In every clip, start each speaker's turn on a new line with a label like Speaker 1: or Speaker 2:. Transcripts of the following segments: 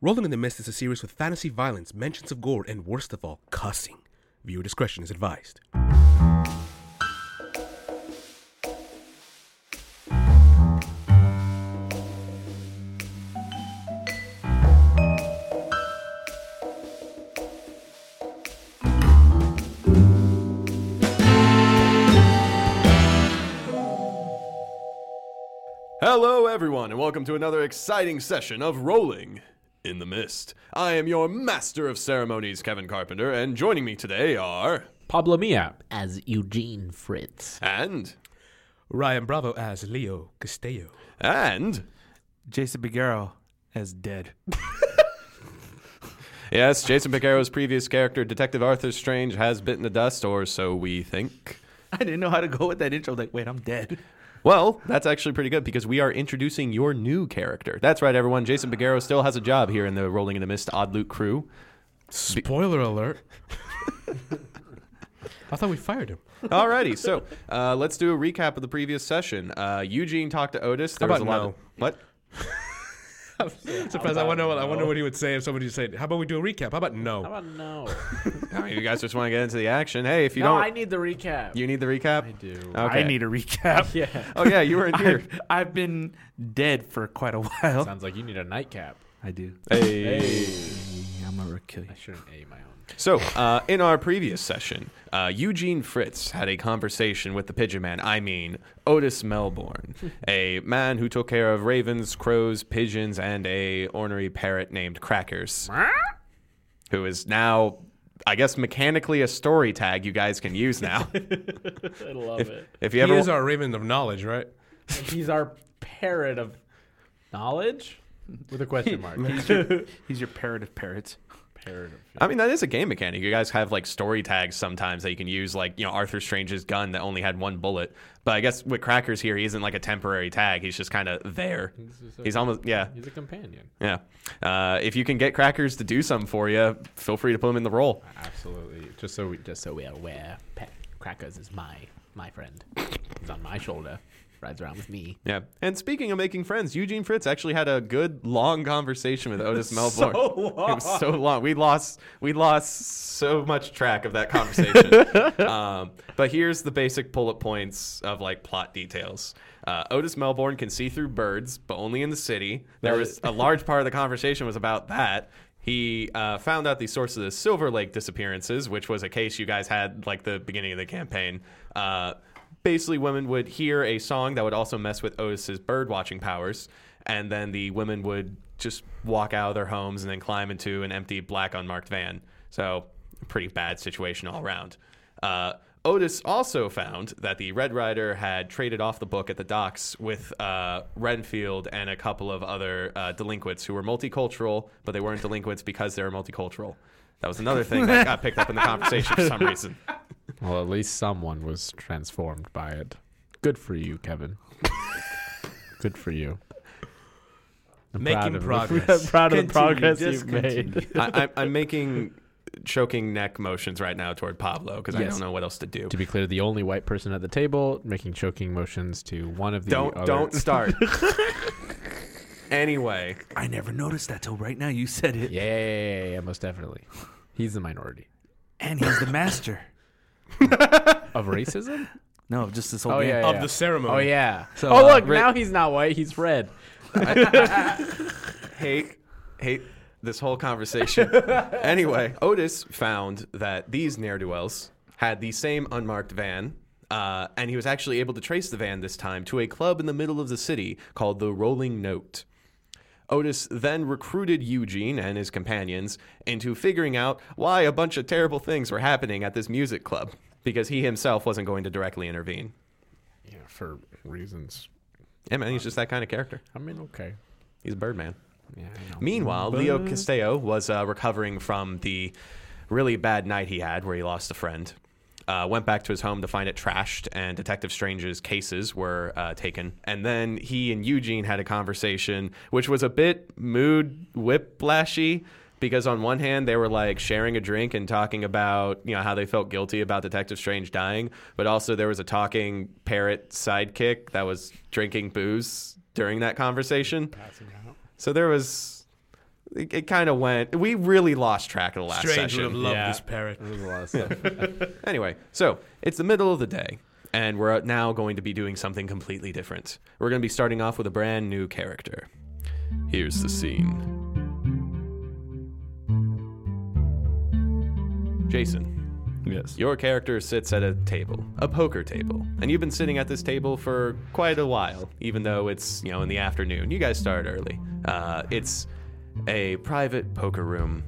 Speaker 1: Rolling in the Mist is a series with fantasy violence, mentions of gore, and worst of all, cussing. Viewer discretion is advised.
Speaker 2: Hello, everyone, and welcome to another exciting session of Rolling in the Mist. I am your master of ceremonies, Kevin Carpenter, and joining me today are.
Speaker 3: Pablo Mia.
Speaker 4: as Eugene Fritz.
Speaker 2: And.
Speaker 1: Ryan Bravo as Leo Castillo.
Speaker 2: And.
Speaker 5: Jason Biguero as dead.
Speaker 2: Yes, Jason Picaro's previous character, Detective Arthur Strange, has bitten the dust, or so we think.
Speaker 5: I didn't know how to go with that intro. Like, wait, I'm dead.
Speaker 2: Well, that's actually pretty good because we are introducing your new character. That's right, everyone. Jason Picaro still has a job here in the Rolling in the Mist Odd Loot crew.
Speaker 1: Spoiler alert. I thought we fired him.
Speaker 2: Alrighty, so uh, let's do a recap of the previous session. Uh, Eugene talked to Otis. There
Speaker 1: How
Speaker 2: was a
Speaker 1: about
Speaker 2: lot.
Speaker 1: no?
Speaker 2: Of, what?
Speaker 1: Surprise! I wonder. What, I wonder what he would say if somebody said, "How about we do a recap? How about no?"
Speaker 3: Oh no!
Speaker 2: I mean, you guys just want to get into the action. Hey, if you
Speaker 3: no,
Speaker 2: don't,
Speaker 3: I need the recap.
Speaker 2: you need the recap. I
Speaker 3: do.
Speaker 2: Okay.
Speaker 5: I need a recap.
Speaker 3: yeah.
Speaker 2: Oh yeah, you were in here.
Speaker 5: I've, I've been dead for quite a while.
Speaker 3: Sounds like you need a nightcap.
Speaker 5: I do.
Speaker 2: Hey.
Speaker 5: I'm gonna kill you.
Speaker 3: I shouldn't a my own.
Speaker 2: So, uh, in our previous session, uh, Eugene Fritz had a conversation with the Pigeon Man. I mean, Otis Melbourne, a man who took care of ravens, crows, pigeons, and a ornery parrot named Crackers, who is now, I guess, mechanically a story tag you guys can use now.
Speaker 3: I love it.
Speaker 2: if you
Speaker 1: He
Speaker 2: ever
Speaker 1: is our Raven of knowledge, right?
Speaker 3: He's our parrot of knowledge with a question mark.
Speaker 5: He's your parrot of parrots.
Speaker 3: parrot of.
Speaker 2: I mean, that is a game mechanic. You guys have like story tags sometimes that you can use, like, you know, Arthur Strange's gun that only had one bullet. But I guess with Crackers here, he isn't like a temporary tag. He's just kind of there.
Speaker 3: just a-
Speaker 2: He's almost, yeah,
Speaker 3: He's a companion.
Speaker 2: yeah. Uh, if you can get Crackers to do something for you, feel free to put him in the role.
Speaker 3: Absolutely. Just so we, just so we're aware, Pe- Crackers is my my friend. He's on my shoulder. Rides around with me.
Speaker 2: Yeah. And speaking of making friends, Eugene Fritz actually had a good long conversation with Otis
Speaker 3: So
Speaker 2: Melbourne. It was so long. We lost we lost so much track of that conversation. um, but here's the basic bullet points of like plot details. Uh, Otis Melbourne can see through birds, but only in the city. There was a large part of the conversation was about that. He uh, found out the source of the Silver Lake disappearances, which was a case you guys had like the beginning of the campaign. Uh, basically, women would hear a song that would also mess with Otis's bird watching powers and then the women would just walk out of their homes and then climb into an empty black unmarked van. So, a pretty bad situation all around. Uh, Otis also found that the Red Rider had traded off the book at the docks with uh, Renfield and a couple of other uh, delinquents who were multicultural, but they weren't delinquents because they were multicultural. That was another thing that got picked up in the conversation for some reason.
Speaker 3: Well, at least someone was transformed by it. Good for you, Kevin. Good for you. I'm
Speaker 1: Making
Speaker 3: proud of-
Speaker 1: progress.
Speaker 3: proud of the
Speaker 5: Continue,
Speaker 3: progress you've
Speaker 5: just
Speaker 3: made.
Speaker 2: I, I, I'm making choking neck motions right now toward Pablo because I
Speaker 3: Yes.
Speaker 2: don't know what else to do.
Speaker 3: To be clear, the only white person at the table making choking motions to one of the
Speaker 2: don't
Speaker 3: other-
Speaker 2: don't start. anyway,
Speaker 5: I never noticed that till right now. You said it,
Speaker 3: Yeah, yeah, yeah, yeah, most definitely. He's the minority
Speaker 5: and he's the master.
Speaker 3: of racism.
Speaker 5: No, just this whole
Speaker 3: oh
Speaker 5: game.
Speaker 3: yeah,
Speaker 1: Of
Speaker 3: yeah.
Speaker 1: the ceremony.
Speaker 3: Oh yeah.
Speaker 5: So,
Speaker 3: oh
Speaker 5: uh,
Speaker 3: look,
Speaker 2: Ra-
Speaker 3: now he's not white. He's red.
Speaker 2: hate hate this whole conversation. anyway, Otis found that these ne'er do wells had the same unmarked van. Uh, and he was actually able to trace the van this time to a club in the middle of the city called the Rolling Note. Otis then recruited Eugene and his companions into figuring out why a bunch of terrible things were happening at this music club because he himself wasn't going to directly intervene.
Speaker 3: Yeah, for reasons.
Speaker 2: Yeah, man, he's just that kind of character.
Speaker 3: I mean, okay.
Speaker 2: He's a Birdman.
Speaker 3: Yeah, I know.
Speaker 2: Meanwhile, Leo Castillo was uh, recovering from the really bad night he had where he lost a friend. Uh, went back to his home to find it trashed, and Detective Strange's cases were uh, taken. And then he and Eugene had a conversation, which was a bit mood whiplashy. Because on one hand they were like sharing a drink and talking about you know how they felt guilty about Detective Strange dying, but also there was a talking parrot sidekick that was drinking booze during that conversation.
Speaker 3: Passing out.
Speaker 2: So there was it, it kind of went. We really lost track of the last
Speaker 1: Strange would have
Speaker 2: session.
Speaker 1: loved
Speaker 3: Yeah.
Speaker 1: this parrot.
Speaker 2: Anyway, so it's the middle of the day, and we're now going to be doing something completely different. We're going to be starting off with a brand new character. Here's the scene Jason,
Speaker 6: Yes.
Speaker 2: your character sits at a table, a poker table, and you've been sitting at this table for quite a while, even though it's, you know, in the afternoon. You guys start early. Uh, it's a private poker room.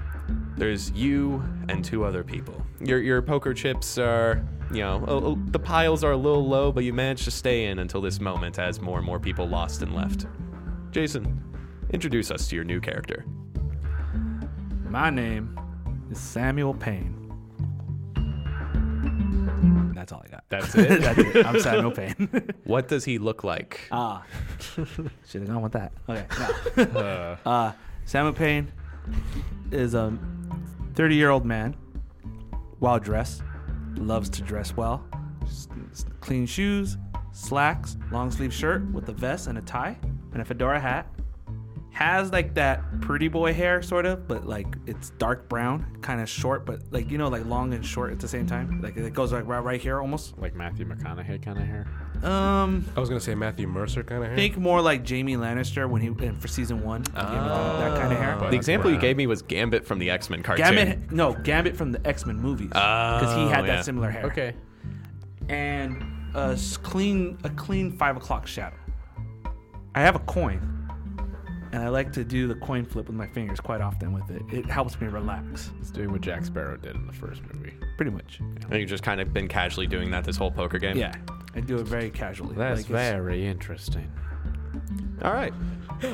Speaker 2: There's you and two other people. Your your poker chips are, you know, a- a- the piles are a little low, but you manage to stay in until this moment as more and more people lost and left. Jason, introduce us to your new character.
Speaker 5: My name is Samuel Payne. That's all I got.
Speaker 2: That's it.
Speaker 5: That's it. I'm Samuel Payne.
Speaker 2: what does he look like?
Speaker 5: Ah. Should have gone with that. Okay. no. uh, Samuel Payne is a 30 year old man, well dressed, loves to dress well, s- s- clean shoes, slacks, long sleeve shirt with a vest and a tie, and a fedora hat. Has like that pretty boy hair, sort of, but like it's dark brown, kind of short, but like you know, like long and short at the same time. Like it goes like right, right here almost.
Speaker 3: Like Matthew McConaughey kind of hair.
Speaker 5: Um,
Speaker 1: I was gonna say Matthew Mercer kind of hair.
Speaker 5: Think more like Jamie Lannister when he in- for season one. Game of Thrones, that kind of hair.
Speaker 2: The example you gave me was Gambit from the X Men Oh. cartoon. Oh,
Speaker 5: Gambit, no, Gambit from the X Men movies because he had
Speaker 2: yeah.
Speaker 5: that similar hair. and a s- clean a clean five o'clock shadow. I have a coin, and I like to do the coin flip with my fingers quite often with it. It helps me relax,
Speaker 3: It's doing what Jack Sparrow did in the first movie.
Speaker 5: pretty much.
Speaker 2: And you've just kind of been casually doing that this whole poker game.
Speaker 5: Yeah, I do it very casually.
Speaker 3: That's
Speaker 5: Like, it's-
Speaker 3: very interesting.
Speaker 2: All right.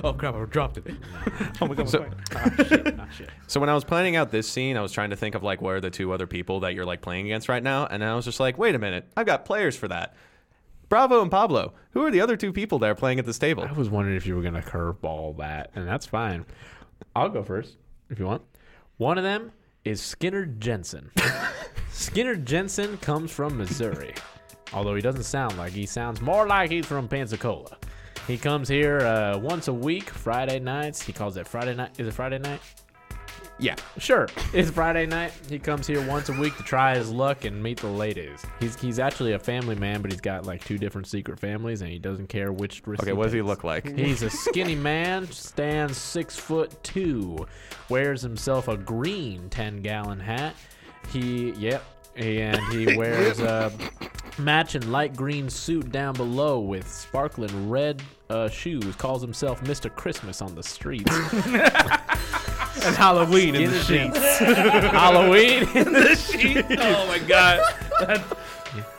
Speaker 1: Oh crap! I dropped it.
Speaker 5: Oh my god, my
Speaker 2: So-
Speaker 5: coin.
Speaker 2: So when I was planning out this scene, I was trying to think of like where are the two other people that you're like playing against right now, and I was just like, wait a minute, I've got players for that. Bravo and Pablo, who are the other two people that are playing at this table?
Speaker 3: I was wondering if you were going to curveball that, and that's fine. I'll go first if you want. One of them is Skinner Jensen. Skinner Jensen comes from Missouri, although he doesn't sound like he sounds more like he's from Pensacola. He comes here uh, once a week, Friday nights. He calls it Friday night. Is it Friday night?
Speaker 2: Yeah,
Speaker 3: Sure, it's Friday night. He comes here once a week to try his luck and meet the ladies. He's he's actually a family man, but he's got like two different secret families, and he doesn't care which. risk
Speaker 2: Okay, what does he
Speaker 3: takes.
Speaker 2: look like?
Speaker 3: He's a skinny man, stands six foot two, wears himself a green ten gallon hat. He yep, and he wears a matching light green suit down below with sparkling red uh, shoes. Calls himself Mister Christmas on the streets.
Speaker 5: and Halloween in the
Speaker 3: Skinner
Speaker 5: sheets.
Speaker 3: Halloween.
Speaker 5: oh my god.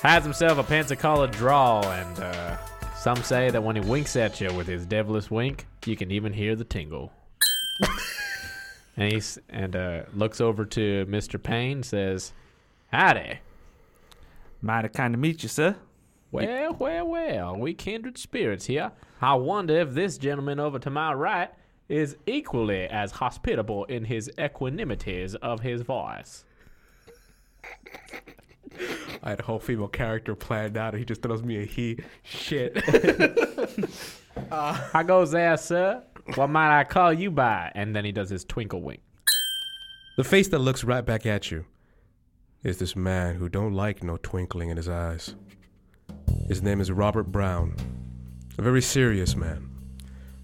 Speaker 3: has himself a Pensacola drawl, and uh, some say that when he winks at you with his devilish wink, you can even hear the tingle. and he's and uh, looks over to Mr. Payne, says, "Howdy."
Speaker 5: Mighty kind to meet you, sir.
Speaker 3: Well, well, well, we kindred spirits here. I wonder if this gentleman over to my right is equally as hospitable in his equanimities of his voice.
Speaker 1: I had a whole female character planned out, and he just throws me a he. Shit.
Speaker 3: I goes there, sir. What might I call you by? And then he does his twinkle wink.
Speaker 1: the face that looks right back at you is this man who don't like no twinkling in his eyes. His name is Robert Brown, a very serious man,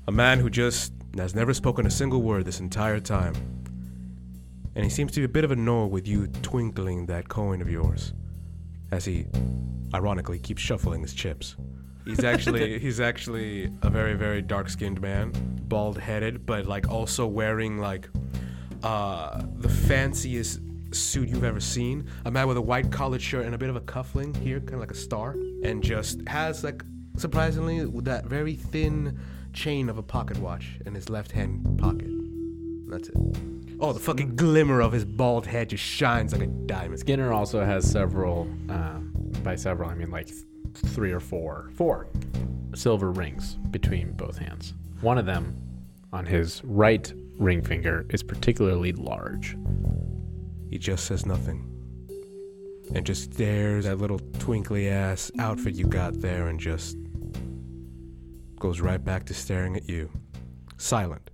Speaker 1: a man who just has never spoken a single word this entire time. And he seems to be a bit of annoyed with you twinkling that coin of yours, as he, ironically, keeps shuffling his chips. He's actually he's actually a very very dark skinned man, bald headed, but like also wearing like uh, the fanciest suit you've ever seen. A man with a white collared shirt and a bit of a cuffling here, kind of like a star, and just has like surprisingly that very thin chain of a pocket watch in his left hand pocket. That's it. Oh, the fucking glimmer of his bald head just shines like a diamond.
Speaker 3: Skinner also has several, um, by several, I mean like th- three or four, four silver rings between both hands. One of them on his right ring finger is particularly large.
Speaker 1: He just says nothing. And just stares at that little twinkly ass outfit you got there and just goes right back to staring at you. Silent.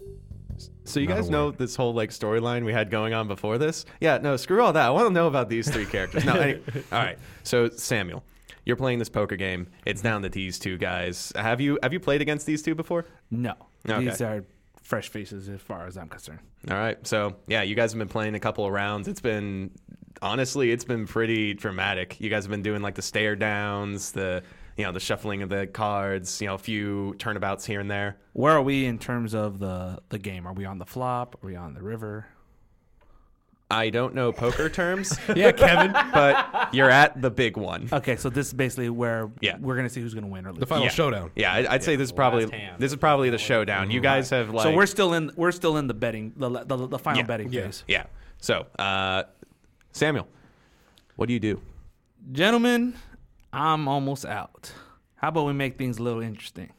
Speaker 2: So you
Speaker 1: Not a
Speaker 2: guys know
Speaker 1: word.
Speaker 2: this whole like storyline we had going on before this? Yeah, no, screw all that. I want to know about these three characters. No, any, all right. So Samuel, you're playing this poker game. It's down to these two guys. Have you have you played against these two before?
Speaker 5: No,
Speaker 2: Okay.
Speaker 5: these are fresh faces as far as I'm concerned.
Speaker 2: All right. So yeah, you guys have been playing a couple of rounds. It's been honestly, it's been pretty dramatic. You guys have been doing like the stare downs, the you know the shuffling of the cards, you know a few turnabouts here and there.
Speaker 5: Where are we in terms of the the game? Are we on the flop? Are we on the river?
Speaker 2: I don't know poker terms,
Speaker 5: Yeah, Kevin.
Speaker 2: but you're at the big one.
Speaker 5: okay, so this is basically where
Speaker 2: Yeah.
Speaker 5: we're gonna see who's gonna win or lose.
Speaker 1: The final
Speaker 2: Yeah.
Speaker 1: showdown.
Speaker 2: Yeah, Mm-hmm. I- I'd say this is probably
Speaker 3: last hand.
Speaker 2: this is probably the showdown. You guys have like
Speaker 5: so we're still in we're still in the betting the the, the final
Speaker 2: Yeah.
Speaker 5: betting
Speaker 1: Yeah.
Speaker 5: phase.
Speaker 2: yeah. So uh, Samuel, what do you do?
Speaker 5: Gentlemen, I'm almost out. How about we make things a little interesting?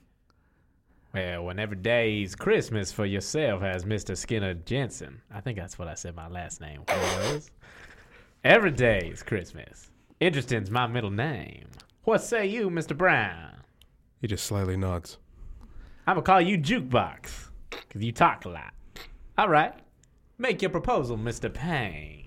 Speaker 3: Well, whenever day's Christmas for yourself, as Mr. Skinner Jensen. I think that's what I said my last name was. Every day is Christmas. Interesting's my middle name. What say you, Mr. Brown?
Speaker 1: He just slightly nods.
Speaker 3: I'm gonna call you Jukebox, because you talk a lot. All right. Make your proposal, Mr. Payne.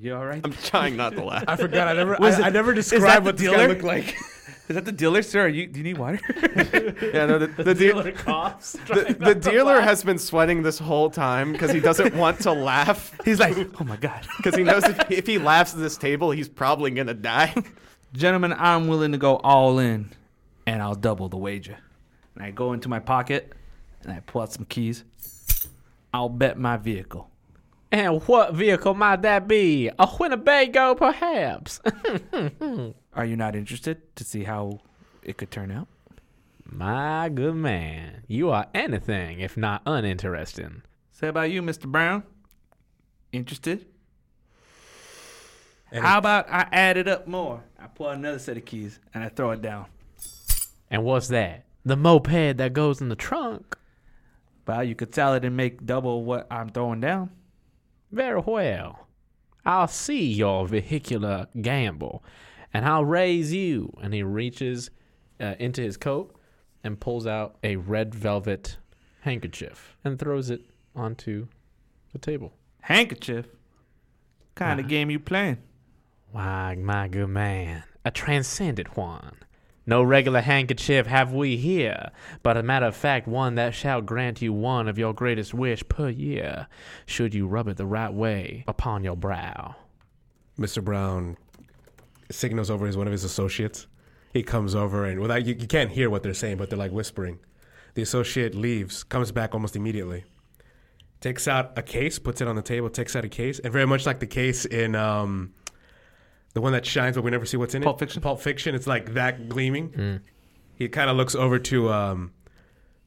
Speaker 5: You all right?
Speaker 2: I'm trying not to laugh.
Speaker 1: I forgot. I never.
Speaker 5: Was it-
Speaker 1: I, I never
Speaker 5: that
Speaker 1: described
Speaker 5: the
Speaker 1: what this guy
Speaker 5: dealer?
Speaker 1: looked like.
Speaker 5: Is that the dealer, sir? Are you, do you need water?
Speaker 2: yeah, no, the, the, deal-
Speaker 3: Dealer coughs.
Speaker 2: the, the dealer has been sweating this whole time because he doesn't want to laugh
Speaker 5: He's like, oh my god,
Speaker 2: because he knows if, if he laughs at this table, he's probably gonna die.
Speaker 5: gentlemen, I'm willing to go all in, and I'll double the wager. And I go into my pocket, and I pull out some keys. I'll bet my vehicle.
Speaker 3: And what vehicle might that be? A Winnebago, perhaps.
Speaker 5: Are you not interested to see how it could turn out?
Speaker 3: My good man, you are anything if not uninteresting.
Speaker 5: Say about you, Mr. Brown. Interested?
Speaker 1: And
Speaker 5: How about I add it up more? I pull out another set of keys and I throw it down.
Speaker 3: And what's that? The moped that goes in the trunk?
Speaker 5: Well, you could sell it and make double what I'm throwing down.
Speaker 3: Very well. I'll see your vehicular gamble, and I'll raise you. And he reaches uh, into his coat and pulls out a red velvet handkerchief and throws it onto the table.
Speaker 5: Handkerchief. Kind of game you playing?
Speaker 3: Why, my good man, a transcendent one. No regular handkerchief have we here, but a matter of fact one that shall grant you one of your greatest wish per year, should you rub it the right way upon your brow.
Speaker 1: Mr. Brown signals over his one of his associates. He comes over and without you, you can't hear what they're saying, but they're like whispering. The associate leaves, comes back almost immediately, takes out a case, puts it on the table, takes out a case, and very much like the case in um, the one that shines, but we never see what's in
Speaker 5: Pulp
Speaker 1: it.
Speaker 5: Fiction? Hmm.
Speaker 1: Pulp Fiction. It's like that gleaming. He kind of looks over to um,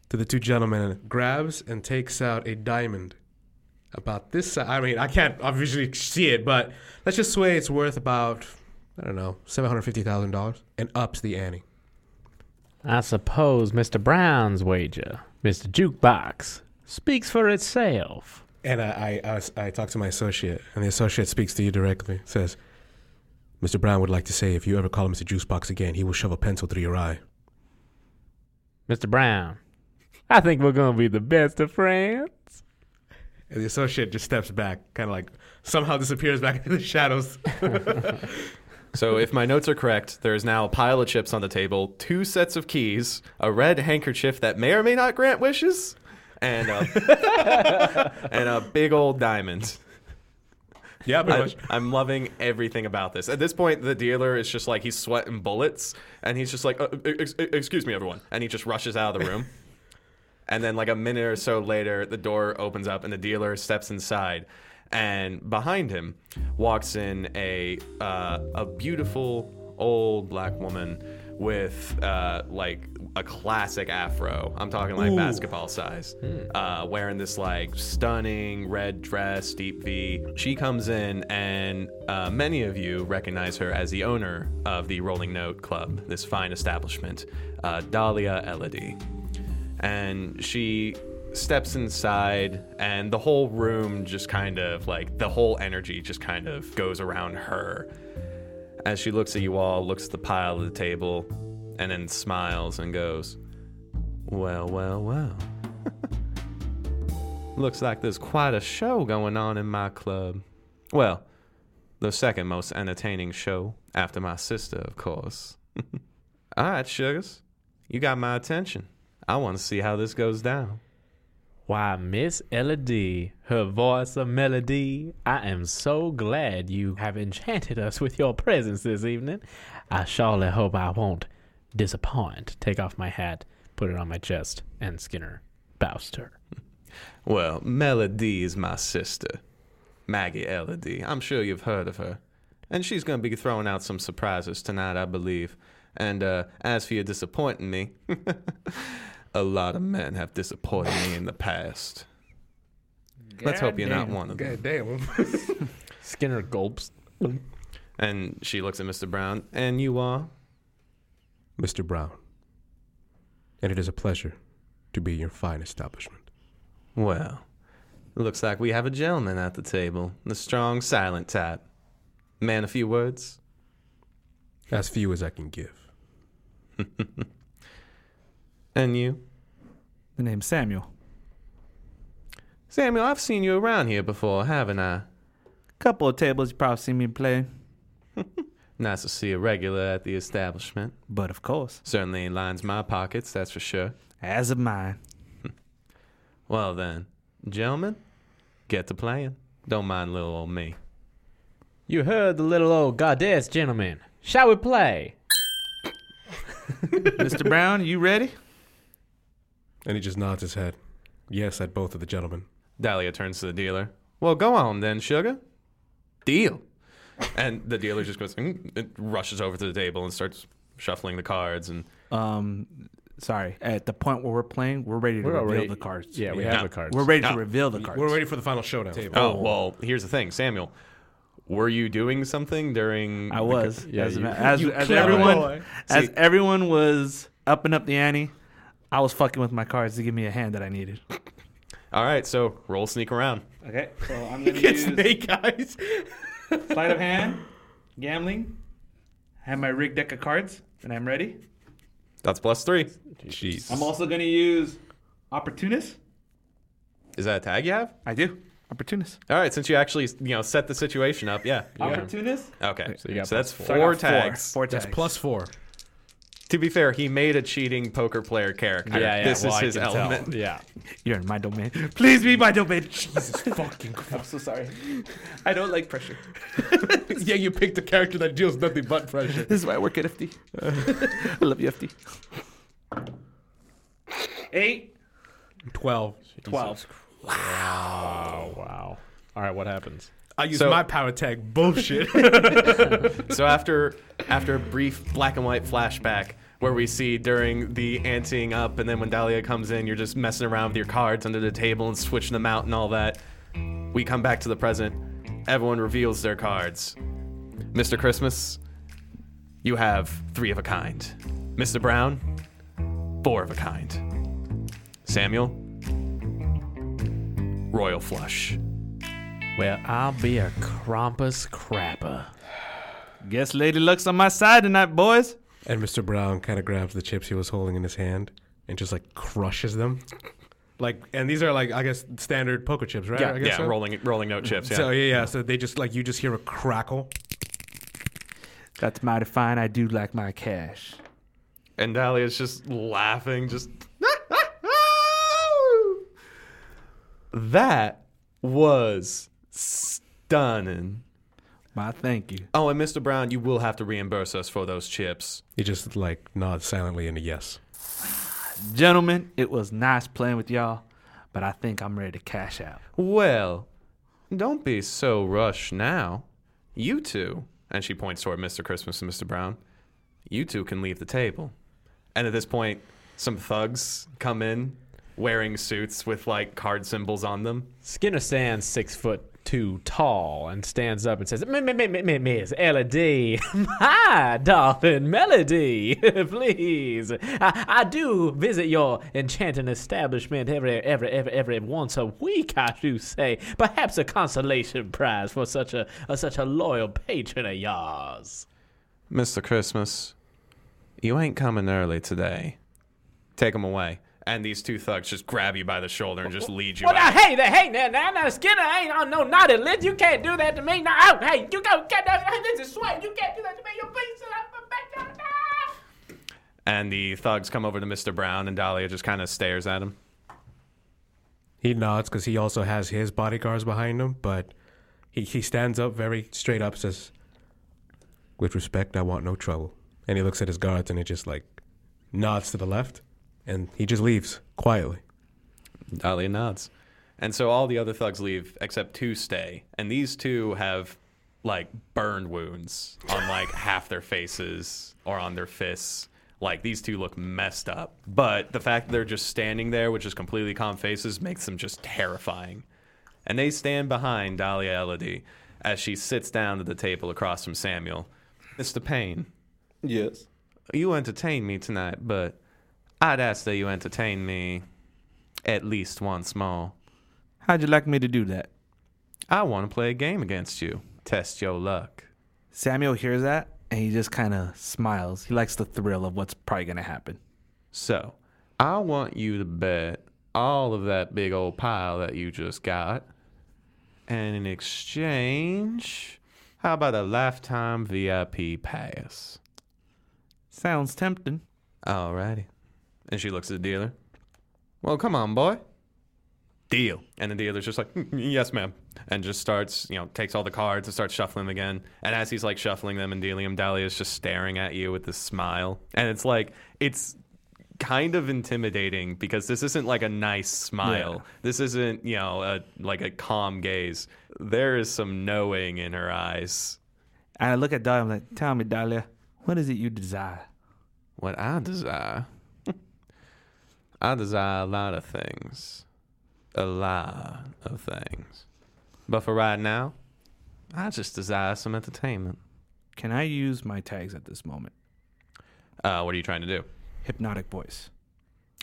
Speaker 1: to the two gentlemen, and grabs and takes out a diamond about this size. I mean, I can't obviously see it, but let's just say it's worth about I don't know seven hundred fifty thousand dollars, and ups the ante.
Speaker 3: I suppose Mr. Brown's wager, Mr. Jukebox, speaks for itself.
Speaker 1: And I, I, I, I talk to my associate, and the associate speaks to you directly. Says, "Mr. Brown would like to say if you ever call him Mr. Juicebox again, he will shove a pencil through your eye."
Speaker 3: Mr. Brown, I think we're going to be the best of friends.
Speaker 1: And the associate just steps back, kind of like somehow disappears back into the shadows.
Speaker 2: So if my notes are correct, there is now a pile of chips on the table, two sets of keys, a red handkerchief that may or may not grant wishes, and a, and a big old diamond.
Speaker 1: yeah, pretty
Speaker 2: I'm,
Speaker 1: much.
Speaker 2: I'm loving everything about this. At this point, the dealer is just like he's sweating bullets, and he's just like, uh, ex- ex- "Excuse me, everyone," and he just rushes out of the room. and then, like a minute or so later, the door opens up, and the dealer steps inside. And behind him walks in a uh, a beautiful old black woman with uh, like a classic afro. I'm talking like basketball size. Uh, wearing this like stunning red dress, deep V. She comes in, and uh, many of you recognize her as the owner of the Rolling Note Club, this fine establishment, uh, Dahlia Elodie. And she steps inside, and the whole room just kind of like the whole energy just kind of goes around her as she looks at you all, looks at the pile of the table, and then smiles and goes, Well, well, well. Looks like there's quite a show going on in my club. Well, the second most entertaining show after my sister, of course. All right, Sugars. You got my attention. I want to see how this goes down.
Speaker 3: Why, Miss Elodie, her voice a melody. I am so glad you have enchanted us with your presence this evening. I surely hope I won't disappoint. Take off my hat, put it on my chest, and Skinner bows to her.
Speaker 2: Well, Melody is my sister, Maggie Elodie. I'm sure you've heard of her. And she's going to be throwing out some surprises tonight, I believe. And uh, as for you disappointing me, a lot of men have disappointed me in the past. Let's hope you're not one of them.
Speaker 1: God damn.
Speaker 3: Skinner gulps.
Speaker 2: And she looks at Mr. Brown. And you are?
Speaker 1: Mr. Brown. And it is a pleasure to be in your fine establishment.
Speaker 2: Well, looks like we have a gentleman at the table. The strong, silent type. Man, a few words?
Speaker 1: As few as I can give.
Speaker 2: And you?
Speaker 5: The name's Samuel.
Speaker 2: Samuel, I've seen you around here before, haven't I?
Speaker 5: Couple of tables you probably seen me play,
Speaker 2: Nice to see a regular at the establishment.
Speaker 5: but of course,
Speaker 2: Certainly lines my pockets, that's for sure.
Speaker 5: as of mine.
Speaker 2: Well then, gentlemen, get to playing. Don't mind little old me.
Speaker 3: You heard the little old goddess, gentlemen. Shall we play?
Speaker 5: Mr. Brown, you ready?
Speaker 1: And he just nods his head. Yes, at both of the gentlemen.
Speaker 2: Dahlia turns to the dealer. Well, go on then, sugar. Deal. And the dealer just goes, mm, and rushes over to the table and starts shuffling the cards. And
Speaker 5: Um, sorry. At the point where we're playing, we're ready to reveal the cards.
Speaker 3: Yeah, we
Speaker 2: Yeah.
Speaker 3: have the cards.
Speaker 5: we're ready
Speaker 2: Yeah.
Speaker 5: to reveal the cards.
Speaker 1: We're waiting for the final showdown.
Speaker 2: oh, well, here's the thing, Samuel. Were you doing something during?
Speaker 5: I was
Speaker 3: Yeah,
Speaker 5: as,
Speaker 3: you-
Speaker 5: as,
Speaker 2: you
Speaker 5: as
Speaker 2: clever
Speaker 5: everyone
Speaker 2: boy.
Speaker 5: as
Speaker 2: See-
Speaker 5: everyone was upping up the ante. I was fucking with my cards to give me a hand that I needed.
Speaker 2: All right, so roll sneak around.
Speaker 5: Okay, so I'm gonna
Speaker 2: eyes.
Speaker 5: sleight of hand, gambling. I have my rig deck of cards, and I'm ready.
Speaker 2: That's plus three.
Speaker 1: Jeez.
Speaker 5: I'm also gonna use opportunist.
Speaker 2: Is that a tag you have?
Speaker 5: I do opportunist.
Speaker 2: All right, since you actually you know set the situation up, yeah.
Speaker 5: Opportunist.
Speaker 2: Okay, so,
Speaker 3: you got
Speaker 2: that's
Speaker 5: So I got
Speaker 2: four tags.
Speaker 5: Four tags.
Speaker 1: That's plus four.
Speaker 2: To be fair, he made a cheating poker player character.
Speaker 3: yeah, yeah.
Speaker 2: this
Speaker 3: well, I
Speaker 2: is his
Speaker 3: can tell.
Speaker 2: element.
Speaker 3: Yeah.
Speaker 5: You're in my domain. Please be my domain. Jesus fucking Christ. I'm so sorry. I don't like pressure.
Speaker 1: yeah, you picked a character that deals nothing but pressure.
Speaker 5: This is why I work at FD. I love you, FD. Eight.
Speaker 1: Twelve.
Speaker 5: Twelve.
Speaker 3: Oh wow. All right, what happens?
Speaker 1: I use
Speaker 2: So-
Speaker 1: my power tag. Bullshit.
Speaker 2: So after after a brief black and white flashback where we see during the anteing up and then when Dahlia comes in, you're just messing around with your cards under the table and switching them out and all that. We come back to the present. Everyone reveals their cards. Mr. Christmas, you have three of a kind. Mr. Brown, four of a kind. Samuel, Royal Flush.
Speaker 3: Well, I'll be a Krampus crapper.
Speaker 5: Guess Lady Luck's on my side tonight, boys.
Speaker 1: and Mr. Brown kind of grabs the chips he was holding in his hand and just like crushes them. Like, and these are like I guess standard poker chips, right? I guess
Speaker 2: Yeah,
Speaker 1: so?
Speaker 2: rolling rolling note chips. Yeah.
Speaker 1: So yeah, yeah. So they just like you just hear a crackle.
Speaker 5: That's mighty fine. I do like my cash.
Speaker 2: And Dahlia's just laughing, just. that was stunning.
Speaker 5: My thank you.
Speaker 2: Oh, and Mr. Brown, you will have to reimburse us for those chips.
Speaker 1: He just like nods silently in a yes.
Speaker 5: Gentlemen, it was nice playing with y'all, but I think I'm ready to cash out.
Speaker 2: Well, don't be so rushed now. You two, and she points toward Mr. Christmas and Mr. Brown, you two can leave the table. And at this point, some thugs come in wearing suits with like card symbols on them.
Speaker 3: Skinner stands six foot two tall and stands up and says, "M- m- m- m- Miss Elodie, my darling Melody, please. I, I do visit your enchanting establishment every, every, every, every once a week, I do say. Perhaps a consolation prize for such a, a such a loyal patron of yours.
Speaker 2: Mr. Christmas, you ain't coming early today. Take him away. and these two thugs just grab you by the shoulder and just lead you
Speaker 3: Well, now,
Speaker 2: out.
Speaker 3: hey, there, hey, now, now, now, Skinner, I ain't on no naughty list. You can't do that to me. Now, oh, hey, you go, get that. This is sweat. You can't do that to me. You're beating up back down. Ah!
Speaker 2: And the thugs come over to Mr. Brown, and Dahlia just kind of stares at him.
Speaker 1: He nods because he also has his bodyguards behind him, but he, he stands up very straight up, says, With respect, I want no trouble. And he looks at his guards and he just like nods to the left and he just leaves quietly.
Speaker 2: Dahlia nods. And so all the other thugs leave except two stay. And these two have like burn wounds on like half their faces or on their fists. Like these two look messed up. But the fact that they're just standing there with just completely calm faces makes them just terrifying. And they stand behind Dahlia Elodie as she sits down at the table across from Samuel. Mr. Payne,
Speaker 6: Yes.
Speaker 2: you entertain me tonight, but I'd ask that you entertain me at least once more.
Speaker 5: How'd you like me to do that?
Speaker 2: I want to play a game against you. Test your luck.
Speaker 5: Samuel hears that and he just kind of smiles. He likes the thrill of what's probably going to happen.
Speaker 2: So, I want you to bet all of that big old pile that you just got. And in exchange, how about a lifetime VIP pass?
Speaker 5: Sounds tempting.
Speaker 2: Alrighty. And she looks at the dealer. Well, come on, boy. Deal. And the dealer's just like, "Mm, yes, ma'am. And just starts, you know, takes all the cards and starts shuffling them again. And as he's like shuffling them and dealing them, Dahlia's just staring at you with this smile. And it's like, it's kind of intimidating because this isn't like a nice smile. This isn't, you know, a, like a calm gaze. There is some knowing in her eyes.
Speaker 5: And I look at Dahlia. I'm like, tell me, Dahlia, what is it you desire?
Speaker 2: What I desire, I desire a lot of things. A lot of things. But for right now, I just desire some entertainment.
Speaker 5: Can I use my tags at this moment?
Speaker 2: Uh, what are you trying to do?
Speaker 5: Hypnotic voice.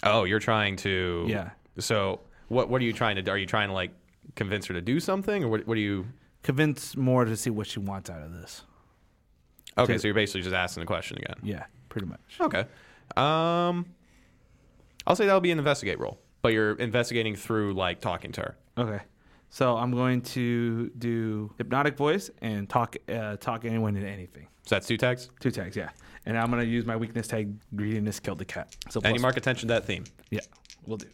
Speaker 2: Oh, you're trying to.
Speaker 5: Yeah.
Speaker 2: So, what what are you trying to do? Are you trying to, like, convince her to do something? Or what, what are you.
Speaker 5: Convince more to see what she wants out of this.
Speaker 2: Okay,
Speaker 5: To-
Speaker 2: so you're basically just asking the question again.
Speaker 5: Yeah, pretty much.
Speaker 2: Okay. Um, I'll say that'll be an investigate role, but you're investigating through, like, talking to her.
Speaker 5: Okay. So I'm going to do hypnotic voice and talk uh, talk anyone into anything.
Speaker 2: So, that's two tags.
Speaker 5: Two tags, yeah. And I'm gonna use my weakness tag. Greediness killed the cat. So
Speaker 2: And you
Speaker 5: plus-
Speaker 2: mark attention to that theme.
Speaker 5: Yeah, we'll do.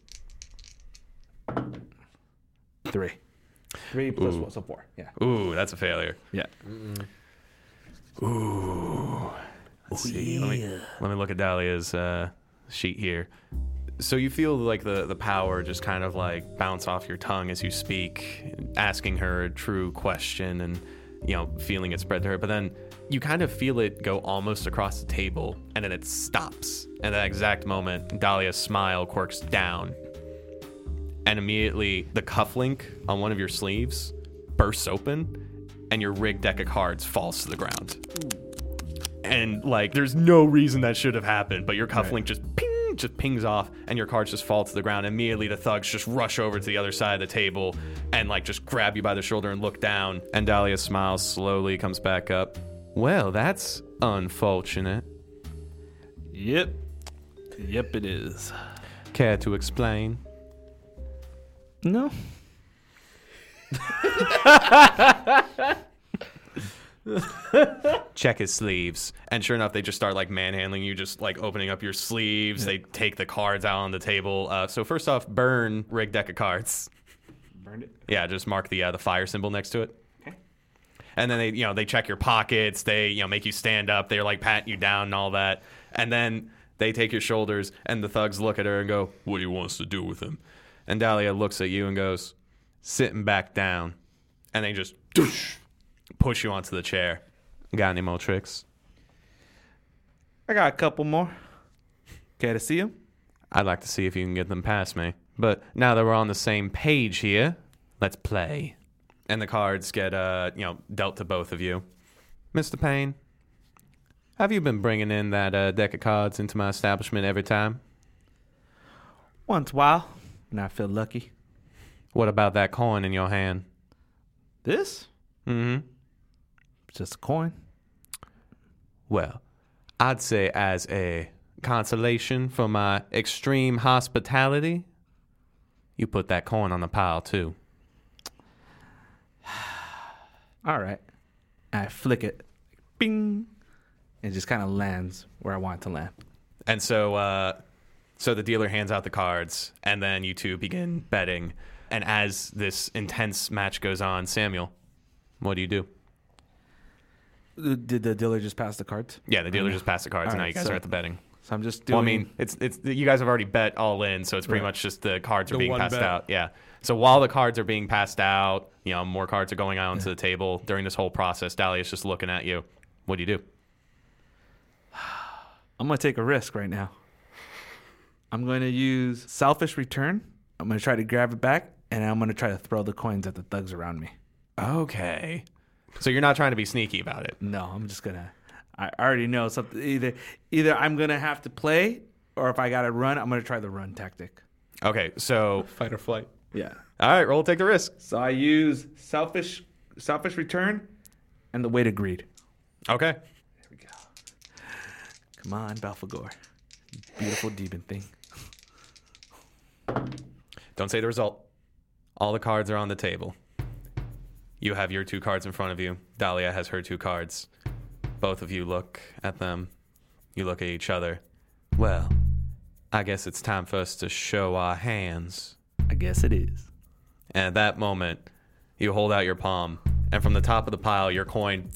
Speaker 5: Three. Three plus one, so four. Yeah.
Speaker 2: Ooh, that's a failure.
Speaker 5: Yeah.
Speaker 2: Let's see. Let me let me look at Dahlia's uh, sheet here. So you feel like the the power just kind of like bounce off your tongue as you speak, asking her a true question and you know feeling it spread to her. But then you kind of feel it go almost across the table, and then it stops. At that exact moment, Dahlia's smile quirks down, and immediately the cufflink on one of your sleeves bursts open, and your rigged deck of cards falls to the ground and like there's no reason that should have happened but your cufflink just ping just pings off and your cards just fall to the ground immediately the thugs just rush over to the other side of the table and like just grab you by the shoulder and look down and dahlia smiles slowly comes back up well that's unfortunate
Speaker 5: Yep. Yep, it is.
Speaker 2: care to explain
Speaker 5: No.
Speaker 2: check his sleeves. And sure enough, they just start like manhandling you, just like opening up your sleeves. They take the cards out on the table. Uh, so first off, burn rig deck of cards. Burned it. Yeah, just mark the uh, the fire symbol next to it. And then they, you know, they check your pockets. They, you know, make you stand up. They're like patting you down and all that. And then they take your shoulders, and the thugs look at her and go, "What do you want us to do with him?" And Dahlia looks at you and goes, "Sitting back down." And they just doosh, push you onto the chair. Got any more tricks?
Speaker 5: I got a couple more. Care to see him?
Speaker 2: I'd like to see if you can get them past me. But now that we're on the same page here, let's play. And the cards get, uh, you know, dealt to both of you. Mr. Payne, have you been bringing in that uh, deck of cards into my establishment every time?
Speaker 5: Once in a while. And I feel lucky.
Speaker 2: What about that coin in your hand?
Speaker 5: This?
Speaker 2: Mm-hmm.
Speaker 5: It's just a coin.
Speaker 2: Well, I'd say as a consolation for my extreme hospitality, you put that coin on the pile too.
Speaker 5: All right. I flick it. Bing. It just kind of lands where I want it to land.
Speaker 2: And so, uh, so the dealer hands out the cards, and then you two begin betting. And as this intense match goes on, Samuel, what do you do?
Speaker 5: Uh, Did the dealer just pass the cards?
Speaker 2: Yeah, the dealer just passed the cards, and now you
Speaker 5: Alright,
Speaker 2: guys
Speaker 5: so-
Speaker 2: are at the betting.
Speaker 5: So I'm just doing.
Speaker 2: Well, I mean, it's it's you guys have already bet all in, so it's pretty much just the cards are
Speaker 1: The
Speaker 2: being
Speaker 1: one
Speaker 2: passed
Speaker 1: bet.
Speaker 2: out. Yeah. So while the cards are being passed out, you know, more cards are going out onto the table during this whole process. Dahlia's just looking at you. What do you do?
Speaker 5: I'm going to take a risk right now. I'm going to use selfish return. I'm going to try to grab it back, and I'm going to try to throw the coins at the thugs around me.
Speaker 2: Okay. So you're not trying to be sneaky about it.
Speaker 5: No, I'm just gonna. I already know something. Either, either I'm gonna have to play, or if I gotta run, I'm gonna try the run tactic.
Speaker 2: Okay. So
Speaker 1: Fight or flight.
Speaker 5: Yeah.
Speaker 2: all right, roll, take the risk.
Speaker 5: So I use selfish, selfish return, and the weight of greed.
Speaker 2: Okay.
Speaker 5: Come on, Belphegor. Beautiful demon thing.
Speaker 2: Don't say the result. All the cards are on the table. You have your two cards in front of you. Dahlia has her two cards. Both of you look at them. You look at each other. Well, I guess it's time for us to show our hands.
Speaker 5: I guess it is.
Speaker 2: And at that moment, you hold out your palm, and from the top of the pile, your coin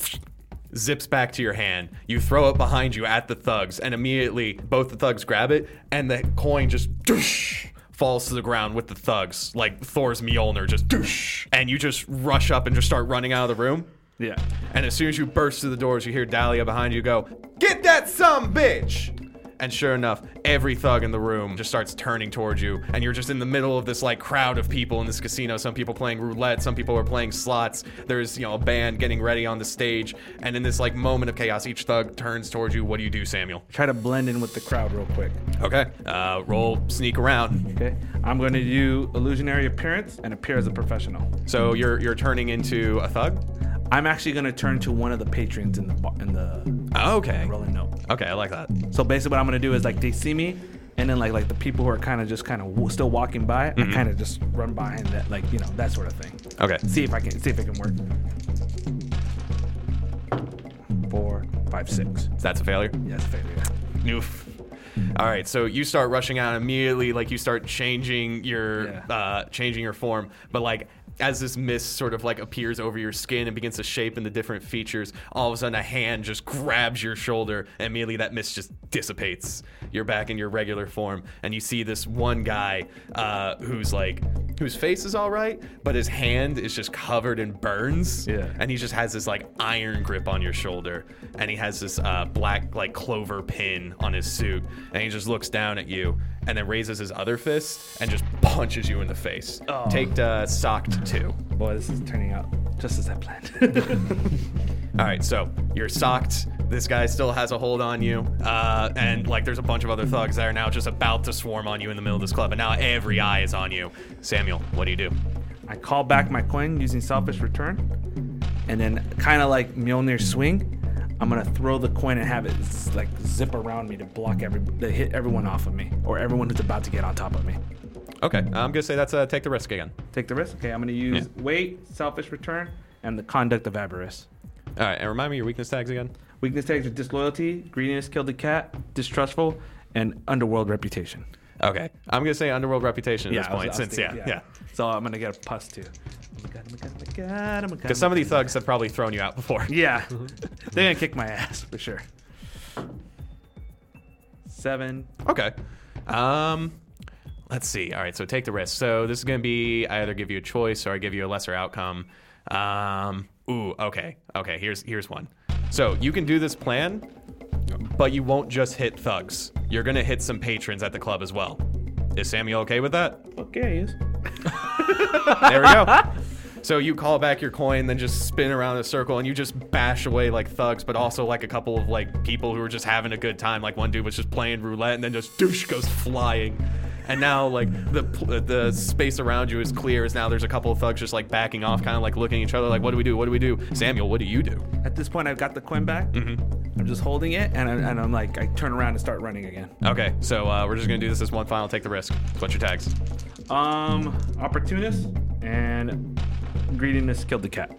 Speaker 2: zips back to your hand. You throw it behind you at the thugs, and immediately both the thugs grab it, and the coin just doosh, falls to the ground with the thugs, like Thor's Mjolnir just doosh, and you just rush up and just start running out of the room.
Speaker 5: Yeah.
Speaker 2: And as soon as you burst through the doors, you hear Dahlia behind you go, Get that some bitch! And sure enough, every thug in the room just starts turning towards you, and you're just in the middle of this like crowd of people in this casino. Some people playing roulette, some people are playing slots. There's you know a band getting ready on the stage, and in this like moment of chaos, each thug turns towards you. What do you do, Samuel?
Speaker 5: Try to blend in with the crowd real quick.
Speaker 2: Okay, uh, roll sneak around.
Speaker 5: Okay. I'm gonna do illusionary appearance and appear as a professional.
Speaker 2: So you're you're turning into a thug.
Speaker 5: I'm actually gonna turn to one of the patrons in the bo- in the
Speaker 2: Okay.
Speaker 5: rolling note.
Speaker 2: Okay, I like that.
Speaker 5: So basically, what I'm gonna do is like they see me, and then like like the people who are kind of just kind of w- still walking by, I kind of just run by and that like you know that sort of thing.
Speaker 2: Okay.
Speaker 5: See if I can see if it can work. Four, five, six.
Speaker 2: That's a failure.
Speaker 5: Yes, failure.
Speaker 2: Noof. All right, so you start rushing out immediately, like you start changing your
Speaker 5: Yeah.
Speaker 2: uh, changing your form, but like as this mist sort of like appears over your skin and begins to shape into different features, all of a sudden a hand just grabs your shoulder, and immediately that mist just dissipates. You're back in your regular form, and you see this one guy uh, who's like whose face is all right, but his hand is just covered in burns.
Speaker 5: Yeah.
Speaker 2: And he just has this like iron grip on your shoulder, and he has this uh, black like clover pin on his suit, and he just looks down at you, and then raises his other fist and just punches you in the face. Take uh, socked two.
Speaker 5: Boy, this is turning out just as I planned.
Speaker 2: All right, so you're socked. This guy still has a hold on you, uh, and like there's a bunch of other thugs that are now just about to swarm on you in the middle of this club, and now every eye is on you. Samuel, what do you do?
Speaker 5: I call back my coin using selfish return, and then kind of like Mjolnir swing. I'm gonna throw the coin and have it z- like zip around me to block every, to hit everyone off of me, or everyone who's about to get on top of me.
Speaker 2: Okay, I'm gonna say that's uh, take the risk again.
Speaker 5: Take the risk. Okay, I'm going to use weight, selfish return, and the conduct of avarice.
Speaker 2: All right, and remind me your weakness tags again.
Speaker 5: Weakness tags are disloyalty, greediness, killed the cat, distrustful, and underworld reputation.
Speaker 2: Okay, I'm gonna say underworld reputation at this
Speaker 5: I was-
Speaker 2: point,
Speaker 5: I was
Speaker 2: since yeah,
Speaker 5: thinking-
Speaker 2: yeah,
Speaker 5: So I'm going to get a plus two. Oh my god, oh my god, oh my god, oh my god.
Speaker 2: because some of these thugs have probably thrown you out before.
Speaker 5: Yeah. They're going to kick my ass for sure. Seven.
Speaker 2: Okay, um, let's see. All right, so take the risk. So this is gonna be I either give you a choice or I give you a lesser outcome. Um, ooh, okay, okay. Here's here's one. So you can do this plan, but you won't just hit thugs. You're gonna hit some patrons at the club as well. Is Samuel okay with that?
Speaker 5: Okay. yes.
Speaker 2: There we go. So you call back your coin, then just spin around in a circle, and you just bash away like thugs, but also like a couple of like people who were just having a good time. Like one dude was just playing roulette, and then just douche goes flying. And now like the pl- the space around you is clear. As now there's a couple of thugs just like backing off, kind of like looking at each other, like what do we do? What do we do? Samuel, what do you do?
Speaker 5: At this point, I've got the coin back.
Speaker 2: Mm-hmm.
Speaker 5: I'm just holding it, and, I, and I'm like, I turn around and start running again.
Speaker 2: Okay, so uh, we're just gonna do this as one final. Take the risk. What's your tags?
Speaker 5: Um, opportunist and greediness killed the cat.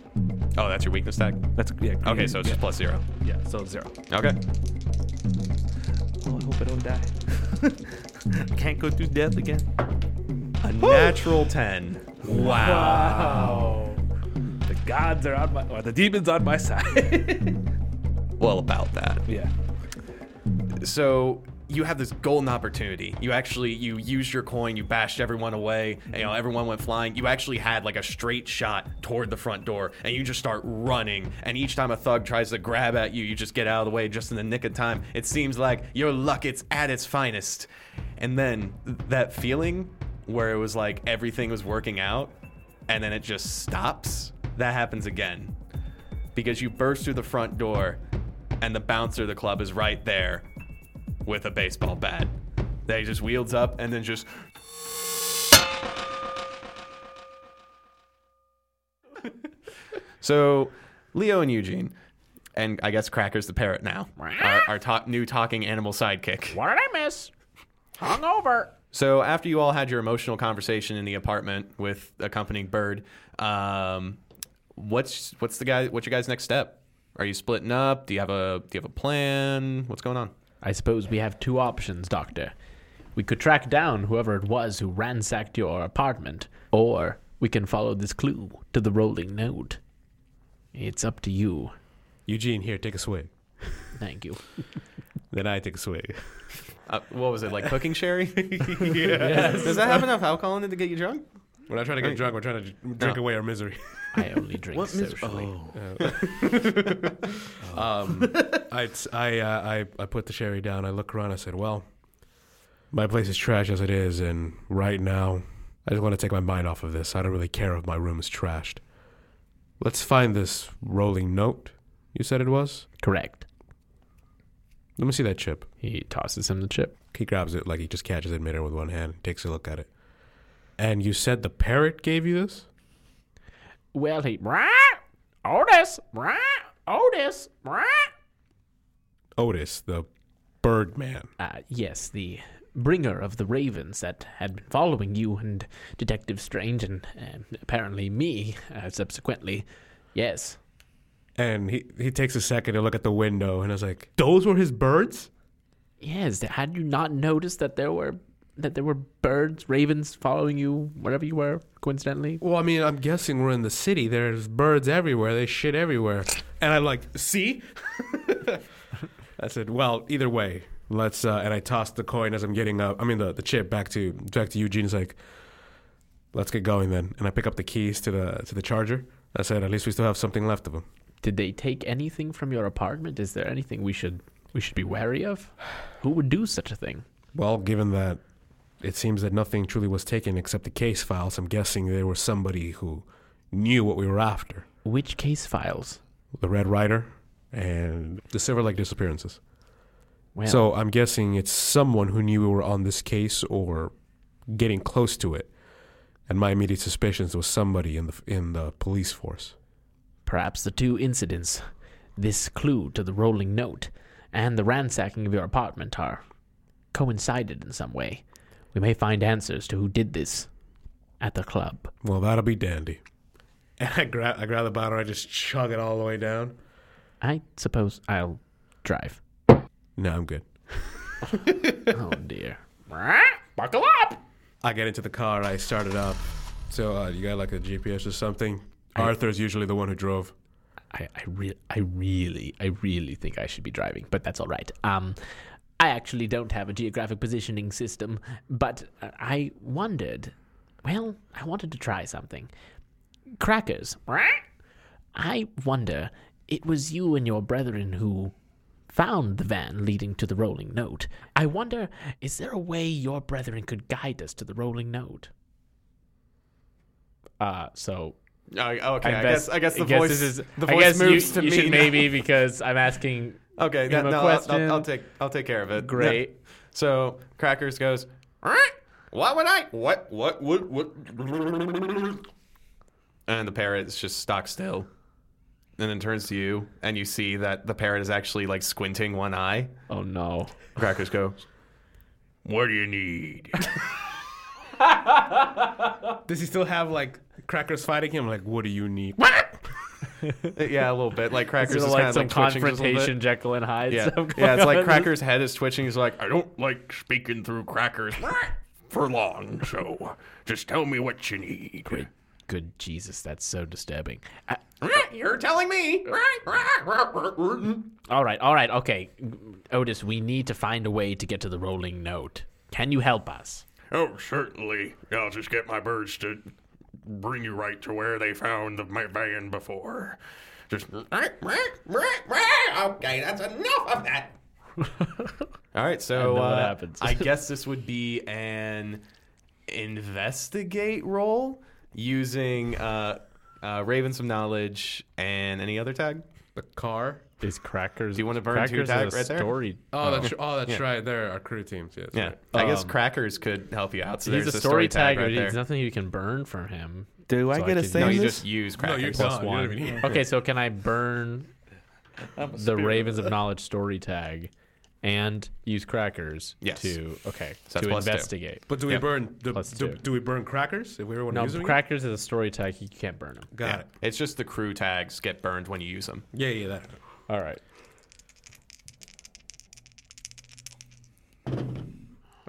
Speaker 2: Oh, that's your weakness tag.
Speaker 5: That's yeah.
Speaker 2: Okay, so it's
Speaker 5: yeah,
Speaker 2: just plus zero.
Speaker 5: yeah, so zero.
Speaker 2: Okay.
Speaker 5: Oh, I hope I don't die. I can't go through death again. A natural.
Speaker 2: ten.
Speaker 5: Wow. The gods are on my, or the demons on my side.
Speaker 2: Well, about that.
Speaker 5: yeah.
Speaker 2: so you have this golden opportunity. You actually you used your coin, you bashed everyone away, and, you know everyone went flying. You actually had like a straight shot toward the front door, and you just start running. And each time a thug tries to grab at you, you just get out of the way just in the nick of time. It seems like your luck it's at its finest. And then that feeling where it was like everything was working out, and then it just stops. That happens again because you burst through the front door and the bouncer of the club is right there with a baseball bat that he just wields up and then just so leo and eugene and i guess cracker's the parrot now our, our top new talking animal sidekick
Speaker 3: What did I miss? Hungover.
Speaker 2: so after you all had your emotional conversation in the apartment with accompanying Bird, um, what's what's the guy? What's your guys' next step? Are you splitting up? Do you have a do you have a plan? What's going on?
Speaker 3: I suppose we have two options, Doctor. We could track down whoever it was who ransacked your apartment, or we can follow this clue to the rolling note. It's up to you.
Speaker 1: Eugene, here, take a swig.
Speaker 3: Thank you.
Speaker 1: Then I take a swig.
Speaker 2: Uh, what was it like cooking sherry? Does that have enough alcohol in it to get you drunk?
Speaker 1: We're not trying to get drunk. We're trying to drink away our misery.
Speaker 3: I only drink
Speaker 5: mis-
Speaker 3: socially.
Speaker 5: oh.
Speaker 1: I I, uh, I I put the sherry down. I look around. I said, "Well, my place is trash as it is, and right now, I just want to take my mind off of this. I don't really care if my room is trashed. Let's find this rolling note. You said it was.
Speaker 3: Correct.
Speaker 1: Let me see that chip."
Speaker 3: He tosses him the chip.
Speaker 1: He grabs it like he just catches it midair with one hand, takes a look at it. And you said the parrot gave you this?
Speaker 3: Well, he. Otis! Otis!
Speaker 1: Otis, the bird man.
Speaker 3: Uh, yes, the bringer of the ravens that had been following you and Detective Strange and um, apparently me uh, subsequently. Yes.
Speaker 1: And he, he takes a second to look at the window and I was like, Those were his birds?
Speaker 3: Yes, th- had you not noticed that there were that there were birds, ravens following you wherever you were, coincidentally?
Speaker 1: Well, I mean, I'm guessing we're in the city. There's birds everywhere. They shit everywhere. And I'm like, see? I said, well, either way, let's. Uh, and I tossed the coin as I'm getting up. I mean, the, the chip back to back to Eugene. It's like, let's get going then. And I pick up the keys to the to the charger. I said, at least we still have something left of them.
Speaker 3: Did they take anything from your apartment? Is there anything we should we should be wary of? Who would do such a thing?
Speaker 1: Well, given that it seems that nothing truly was taken except the case files, I'm guessing there was somebody who knew what we were after.
Speaker 3: Which case files?
Speaker 1: The Red Rider and the Silver Lake disappearances.
Speaker 3: Well,
Speaker 1: So I'm guessing it's someone who knew we were on this case or getting close to it. And my immediate suspicions was somebody in the in the police force.
Speaker 3: perhaps the two incidents, this clue to the rolling note, and the ransacking of your apartment are coincided in some way. We may find answers to who did this at the club.
Speaker 1: Well, that'll be dandy. And I grab I grab the bottle, I just chug it all the way down.
Speaker 3: I suppose I'll drive.
Speaker 1: No, I'm good.
Speaker 3: Oh dear.
Speaker 1: I get into the car, I start it up. So uh, you got like a GPS or something? Arthur's usually the one who drove.
Speaker 3: I, I, re- I really, I really think I should be driving, but that's all right. Um, I actually don't have a geographic positioning system, but uh, I wondered. Well, I wanted to try something. Crackers. I wonder. It was you and your brethren who found the van leading to the rolling note. I wonder, is there a way your brethren could guide us to the rolling note? Uh, so
Speaker 2: Uh, okay, I,
Speaker 6: best-
Speaker 2: guess I guess the
Speaker 6: I guess
Speaker 2: voice
Speaker 6: this is-
Speaker 2: the
Speaker 6: I
Speaker 2: voice
Speaker 6: guess you-
Speaker 2: moves to
Speaker 6: you
Speaker 2: me.
Speaker 6: should
Speaker 2: now.
Speaker 6: maybe because I'm asking.
Speaker 2: Okay,
Speaker 6: Give him
Speaker 2: no,
Speaker 6: a
Speaker 2: no, I'll- I'll,
Speaker 6: question.
Speaker 2: I'll take I'll take care of it.
Speaker 6: Great.
Speaker 2: So Crackers goes, "Alright, what would I? What what what what? And the parrot's just stock still, and then turns to you, and you see that the parrot is actually like squinting one eye.
Speaker 3: Oh no.
Speaker 2: Crackers go. What do you need?
Speaker 1: Does he still have like crackers fighting him? Like, what do you need?
Speaker 2: yeah, a little bit. Like
Speaker 3: Is
Speaker 2: Crackers
Speaker 3: it
Speaker 2: is
Speaker 3: like
Speaker 2: kind
Speaker 3: some
Speaker 2: of like twitching just a little bit.
Speaker 3: confrontation Jekyll and Hyde
Speaker 2: Yeah,
Speaker 3: stuff going
Speaker 2: yeah. It's like
Speaker 3: on?
Speaker 2: Cracker's head is twitching. He's like, I don't like speaking through Crackers for long, so just tell me what you need.
Speaker 3: Good, good Jesus, that's so disturbing. Uh,
Speaker 2: You're telling me.
Speaker 3: All right, all right, okay. Otis, we need to find a way to get to the rolling note. Can you help us?
Speaker 7: Oh, certainly. I'll just get my birds to bring you right to where they found the ma- van before. Just
Speaker 8: Okay, that's enough of that.
Speaker 2: All right, so
Speaker 3: what
Speaker 2: uh,
Speaker 3: happens.
Speaker 2: I guess this would be an investigate roll using uh, uh, Raven some knowledge and any other tag.
Speaker 1: The car.
Speaker 3: Is crackers?
Speaker 2: Do you wanna burn two
Speaker 3: Crackers is
Speaker 2: tag
Speaker 3: a
Speaker 2: right there?
Speaker 3: story.
Speaker 1: Oh, that's oh, that's right. There are crew teams. Yes.
Speaker 2: Yeah,
Speaker 1: right.
Speaker 2: I guess
Speaker 3: Um,
Speaker 2: Crackers could help you out. So
Speaker 3: He's
Speaker 2: there's
Speaker 3: a story, tag.
Speaker 2: right
Speaker 3: there's
Speaker 2: there.
Speaker 3: nothing you can burn from him.
Speaker 5: Do I
Speaker 3: So I
Speaker 5: get a
Speaker 3: could-
Speaker 5: say
Speaker 2: No,
Speaker 5: in
Speaker 2: you
Speaker 5: this?
Speaker 2: just use
Speaker 1: No, you're
Speaker 2: Crackers.
Speaker 1: done. You
Speaker 3: one.
Speaker 1: don't even-
Speaker 3: Okay, so can I burn the Ravens of Knowledge story tag and use crackers
Speaker 2: Yes.
Speaker 3: to okay
Speaker 2: So that's
Speaker 3: to
Speaker 2: plus two.
Speaker 3: investigate?
Speaker 1: But do we
Speaker 2: Yep.
Speaker 1: burn the,
Speaker 3: Plus
Speaker 1: do,
Speaker 3: two.
Speaker 1: do we burn crackers if we were
Speaker 3: No,
Speaker 1: using
Speaker 3: crackers is a story tag. You can't burn them.
Speaker 1: it? Got
Speaker 2: Yeah.
Speaker 1: it.
Speaker 2: It's just the crew tags get burned when you use them.
Speaker 1: Yeah, yeah, that.
Speaker 3: All right.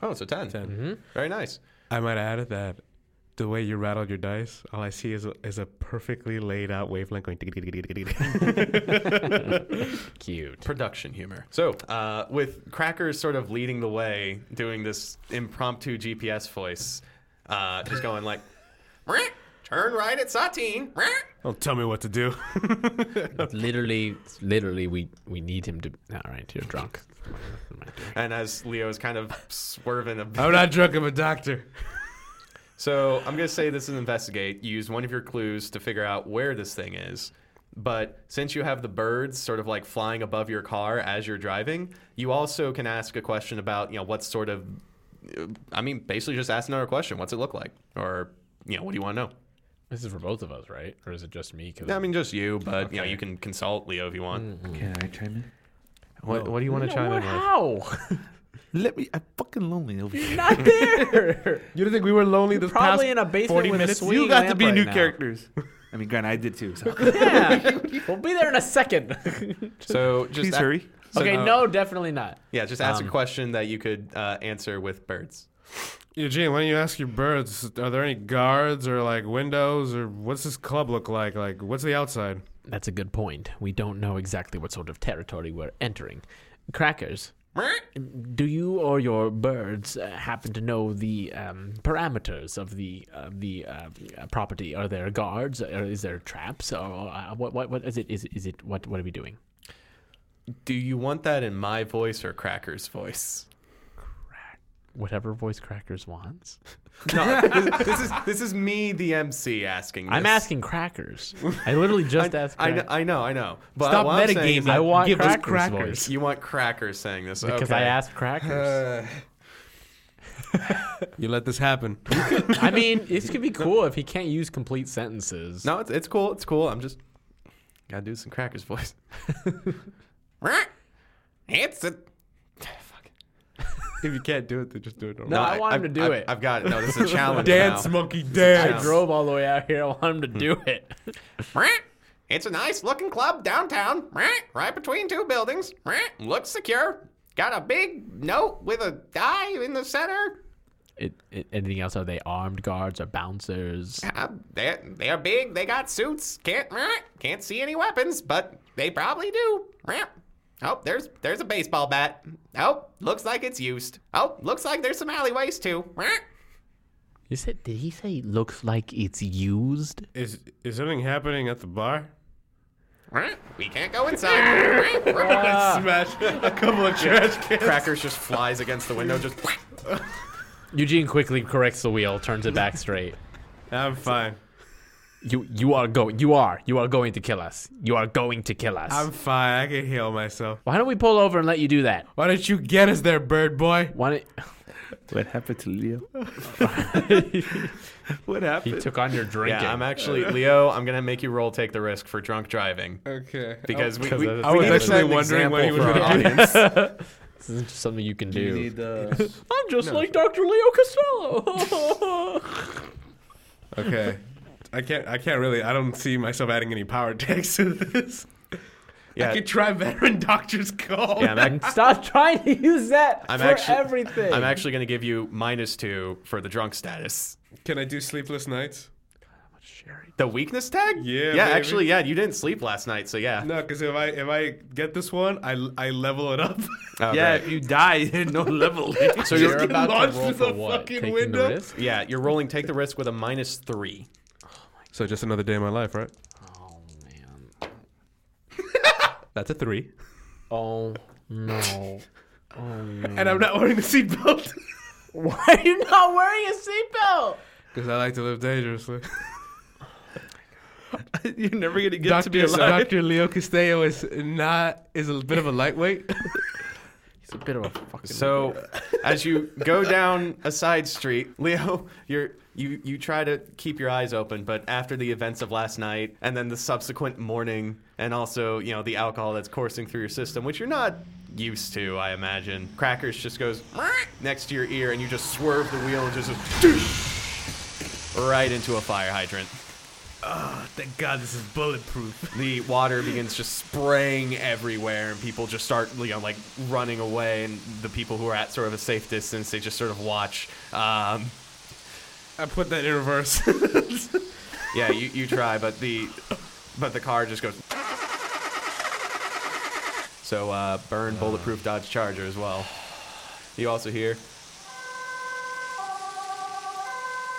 Speaker 2: Oh, so 10.
Speaker 1: 10
Speaker 3: Mm-hmm.
Speaker 2: Very nice.
Speaker 1: I might add that the way you rattled your dice, all I see is a, is a perfectly laid out wavelength going.
Speaker 3: Cute.
Speaker 2: Production humor. So, uh, with Crackers sort of leading the way, doing this impromptu GPS voice, uh, just going like, turn right at Satine.
Speaker 1: Don't tell me what to do.
Speaker 3: literally, literally, we we need him to. All right, you're drunk.
Speaker 2: And as Leo is kind of swerving a bit.
Speaker 1: I'm not drunk. I'm a doctor.
Speaker 2: So, I'm going to say this is investigate. You use one of your clues to figure out where this thing is. But since you have the birds sort of like flying above your car as you're driving, you also can ask a question about, you know, what sort of, uh, I mean, basically just ask another question. What's it look like? Or, you know, what do you want to know?
Speaker 3: This is for both of us, right? Or is it just me? 'Cause
Speaker 2: Yeah, I mean, just you, but you know, you can consult Leo if you want.
Speaker 5: Can I chime in?
Speaker 2: What, what do you want to chime in with?
Speaker 3: how?
Speaker 5: Let me. I'm fucking lonely over here.
Speaker 3: Not there.
Speaker 1: You didn't think we were lonely this
Speaker 3: Probably in a basement
Speaker 1: 40
Speaker 3: with
Speaker 1: minutes?
Speaker 3: a
Speaker 1: You
Speaker 3: swing.
Speaker 5: you got to
Speaker 3: lamp
Speaker 5: be
Speaker 3: right
Speaker 5: new
Speaker 3: now.
Speaker 5: characters. I mean, granted, I did too. So.
Speaker 3: Yeah, we'll be there in a second.
Speaker 2: So just
Speaker 5: Please
Speaker 2: a-
Speaker 5: hurry.
Speaker 2: so,
Speaker 3: okay,
Speaker 2: uh,
Speaker 3: no, definitely not.
Speaker 2: Yeah, just ask a
Speaker 3: Um,
Speaker 2: question that you could uh, answer with birds.
Speaker 1: Eugene, why don't you ask your birds? Are there any guards or like windows or what's this club look like? Like, what's the outside?
Speaker 3: That's a good point. We don't know exactly what sort of territory we're entering. Crackers, do you or your birds uh, happen to know the um, parameters of the uh, the uh, uh, property? Are there guards? Or is there traps? Or uh, what, what what is it? Is is it what what are we doing?
Speaker 2: Do you want that in my voice or Cracker's voice?
Speaker 3: Whatever voice Crackers wants.
Speaker 2: No, this, this is this is me, the MC, asking. This.
Speaker 3: I'm asking Crackers. I literally just asked.
Speaker 2: I,
Speaker 3: Crackers.
Speaker 2: kn- I know, I know. But
Speaker 1: Stop
Speaker 2: what I'm saying
Speaker 1: metagaming.
Speaker 2: is
Speaker 3: I
Speaker 2: that
Speaker 3: want
Speaker 1: Give us
Speaker 3: crackers,
Speaker 1: crackers.
Speaker 2: You want Crackers saying this
Speaker 3: because
Speaker 2: okay.
Speaker 3: I asked Crackers.
Speaker 2: Uh,
Speaker 1: You let this happen.
Speaker 3: I mean, this could be cool if he can't use complete sentences.
Speaker 2: no, it's, it's cool. It's cool. I'm just gotta do some Crackers voice.
Speaker 8: It's a.
Speaker 1: if you can't do it, then just do it normal.
Speaker 3: No, I want him
Speaker 2: I've-
Speaker 3: to do
Speaker 2: I've-
Speaker 3: it.
Speaker 2: I've got it. No, this is a challenge.
Speaker 1: Dance,
Speaker 2: now.
Speaker 1: monkey,
Speaker 3: I
Speaker 1: dance.
Speaker 3: drove all the way out here. I want him to do it.
Speaker 8: It's a nice looking club downtown, right between two buildings. Looks secure. Got a big note with a die in the center.
Speaker 3: It, it- anything else? Are they armed guards or bouncers?
Speaker 8: Uh, they're, they're big. They got suits. Can't can't see any weapons, but they probably do. Oh, there's there's a baseball bat. Oh, looks like it's used. Oh, looks like there's some alleyways too.
Speaker 4: You said, did he say looks like it's used?
Speaker 1: Is is something happening at the bar?
Speaker 8: We can't go inside.
Speaker 1: Smash a couple of trash cans.
Speaker 2: Crackers just flies against the window. Just
Speaker 3: Eugene quickly corrects the wheel, turns it back straight.
Speaker 1: I'm fine.
Speaker 3: You you are going. You are you are going to kill us. You are going to kill us.
Speaker 1: I'm fine. I can heal myself.
Speaker 3: Why don't we pull over and let you do that?
Speaker 1: Why don't you get us there, bird boy?
Speaker 3: Why don't
Speaker 5: What happened to Leo? what
Speaker 3: He
Speaker 5: happened?
Speaker 3: took on your drinking.
Speaker 2: Yeah, I'm actually Leo. I'm gonna make you roll, take the risk for drunk driving
Speaker 1: Okay. Oh.
Speaker 2: because we. we
Speaker 3: that's-
Speaker 1: Uh, I was
Speaker 2: we need to
Speaker 1: actually
Speaker 2: set an
Speaker 1: wondering what he
Speaker 2: example
Speaker 1: was
Speaker 2: for our
Speaker 1: gonna
Speaker 2: audience.
Speaker 3: this isn't just something you can
Speaker 5: You
Speaker 3: do.
Speaker 5: need, uh,
Speaker 3: I'm just like Dr. Leo Costello.
Speaker 1: Okay. I can't. I can't really. I don't see myself adding any power takes to this.
Speaker 2: Yeah.
Speaker 1: I could try veteran doctor's call.
Speaker 2: Yeah, I'm, ac-
Speaker 3: Stop trying to use that
Speaker 2: I'm
Speaker 3: for
Speaker 2: actually-
Speaker 3: everything.
Speaker 2: I'm actually gonna give you minus two for the drunk status.
Speaker 1: Can I do sleepless nights?
Speaker 2: The weakness tag?
Speaker 1: Yeah,
Speaker 2: Yeah,
Speaker 1: baby.
Speaker 2: actually, yeah, you didn't sleep last night, so yeah.
Speaker 1: No, because if I if I get this one, I I level it up.
Speaker 2: Oh,
Speaker 5: yeah,
Speaker 2: great.
Speaker 5: if you die, there's no level.
Speaker 2: So you're
Speaker 1: Just
Speaker 2: about
Speaker 1: launch
Speaker 2: to roll
Speaker 1: through
Speaker 2: for
Speaker 1: the
Speaker 2: what?
Speaker 1: fucking
Speaker 3: Taking
Speaker 1: window.
Speaker 3: the risk.
Speaker 2: Yeah, you're rolling take the risk with a minus three.
Speaker 1: So just another day in my life, right?
Speaker 3: Oh man.
Speaker 1: That's a three.
Speaker 3: Oh no.
Speaker 1: And I'm not wearing the seatbelt
Speaker 3: Why are you not wearing a seatbelt?
Speaker 1: because I like to live dangerously.
Speaker 5: You're never gonna get to be
Speaker 1: Doctor
Speaker 5: alive.
Speaker 1: Doctor Leo Castillo is not is a bit of a lightweight.
Speaker 3: It's a bit of a fucking.
Speaker 2: So, as you go down a side street, Leo, you're you you try to keep your eyes open, but after the events of last night and then the subsequent morning, and also you know the alcohol that's coursing through your system, which you're not used to, I imagine. Crackers just goes next to your ear, and you just swerve the wheel and just right into a fire hydrant.
Speaker 5: Thank God this is bulletproof.
Speaker 2: the water begins just spraying everywhere and people just start you know like running away and the people who are at sort of a safe distance they just sort of watch um,
Speaker 1: I put that in reverse.
Speaker 2: yeah you, you try but the but the car just goes so uh, burn bulletproof dodge charger as well you also hear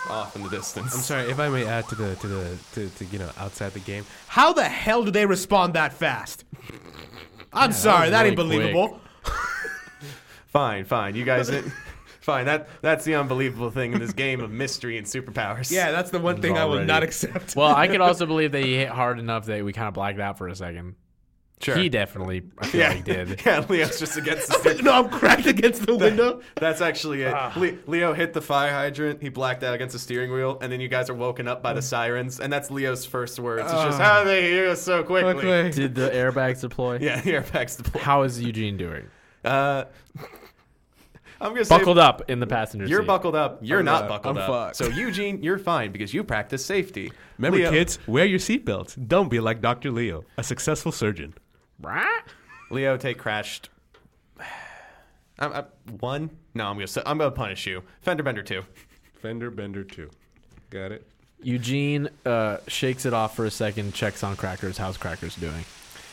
Speaker 2: off in the distance
Speaker 1: I'm sorry if I may add to the to the to, to you know outside the game. How the hell do they respond that fast? I'm sorry, that,
Speaker 3: that was
Speaker 1: ain't
Speaker 3: really
Speaker 1: believable.
Speaker 2: fine fine you guys fine that that's the unbelievable thing in this game of mystery and superpowers
Speaker 1: Yeah, that's the one thing I will
Speaker 3: already-
Speaker 1: not accept.
Speaker 3: well, I could also believe that he hit hard enough that we kind of blacked out for a second.
Speaker 2: sure
Speaker 3: He definitely, I feel like, did.
Speaker 2: Yeah, Leo's just against the stick.
Speaker 1: no, I'm cracked against the window.
Speaker 2: That's actually it.
Speaker 1: Ah.
Speaker 2: Le- Leo hit the fire hydrant. He blacked out against the steering wheel, and then you guys are woken up
Speaker 1: Mm.
Speaker 2: by the sirens. And that's Leo's first words. It's
Speaker 1: Ah.
Speaker 2: just how they hear us so quickly.
Speaker 4: Did the airbags deploy?
Speaker 2: Yeah, the airbags deploy.
Speaker 3: How is Eugene doing?
Speaker 2: Uh, I'm gonna say
Speaker 3: Buckled up in the passenger
Speaker 2: You're
Speaker 3: seat.
Speaker 2: buckled up. You're
Speaker 1: I'm
Speaker 2: not
Speaker 1: not.
Speaker 2: buckled
Speaker 1: I'm
Speaker 2: up.
Speaker 1: fucked.
Speaker 2: So Eugene, you're fine because you practice safety.
Speaker 1: Remember,
Speaker 2: Leo-
Speaker 1: kids, wear your seatbelts. Don't be like Dr. Leo, a successful surgeon.
Speaker 3: Right?
Speaker 2: Leo, take crashed. I'm, I'm, one? No, I'm gonna. s- I'm gonna punish you. Fender bender two.
Speaker 1: Fender Bender 2. Got it?
Speaker 3: Eugene uh, shakes it off for a second, checks on Crackers. How's Crackers doing?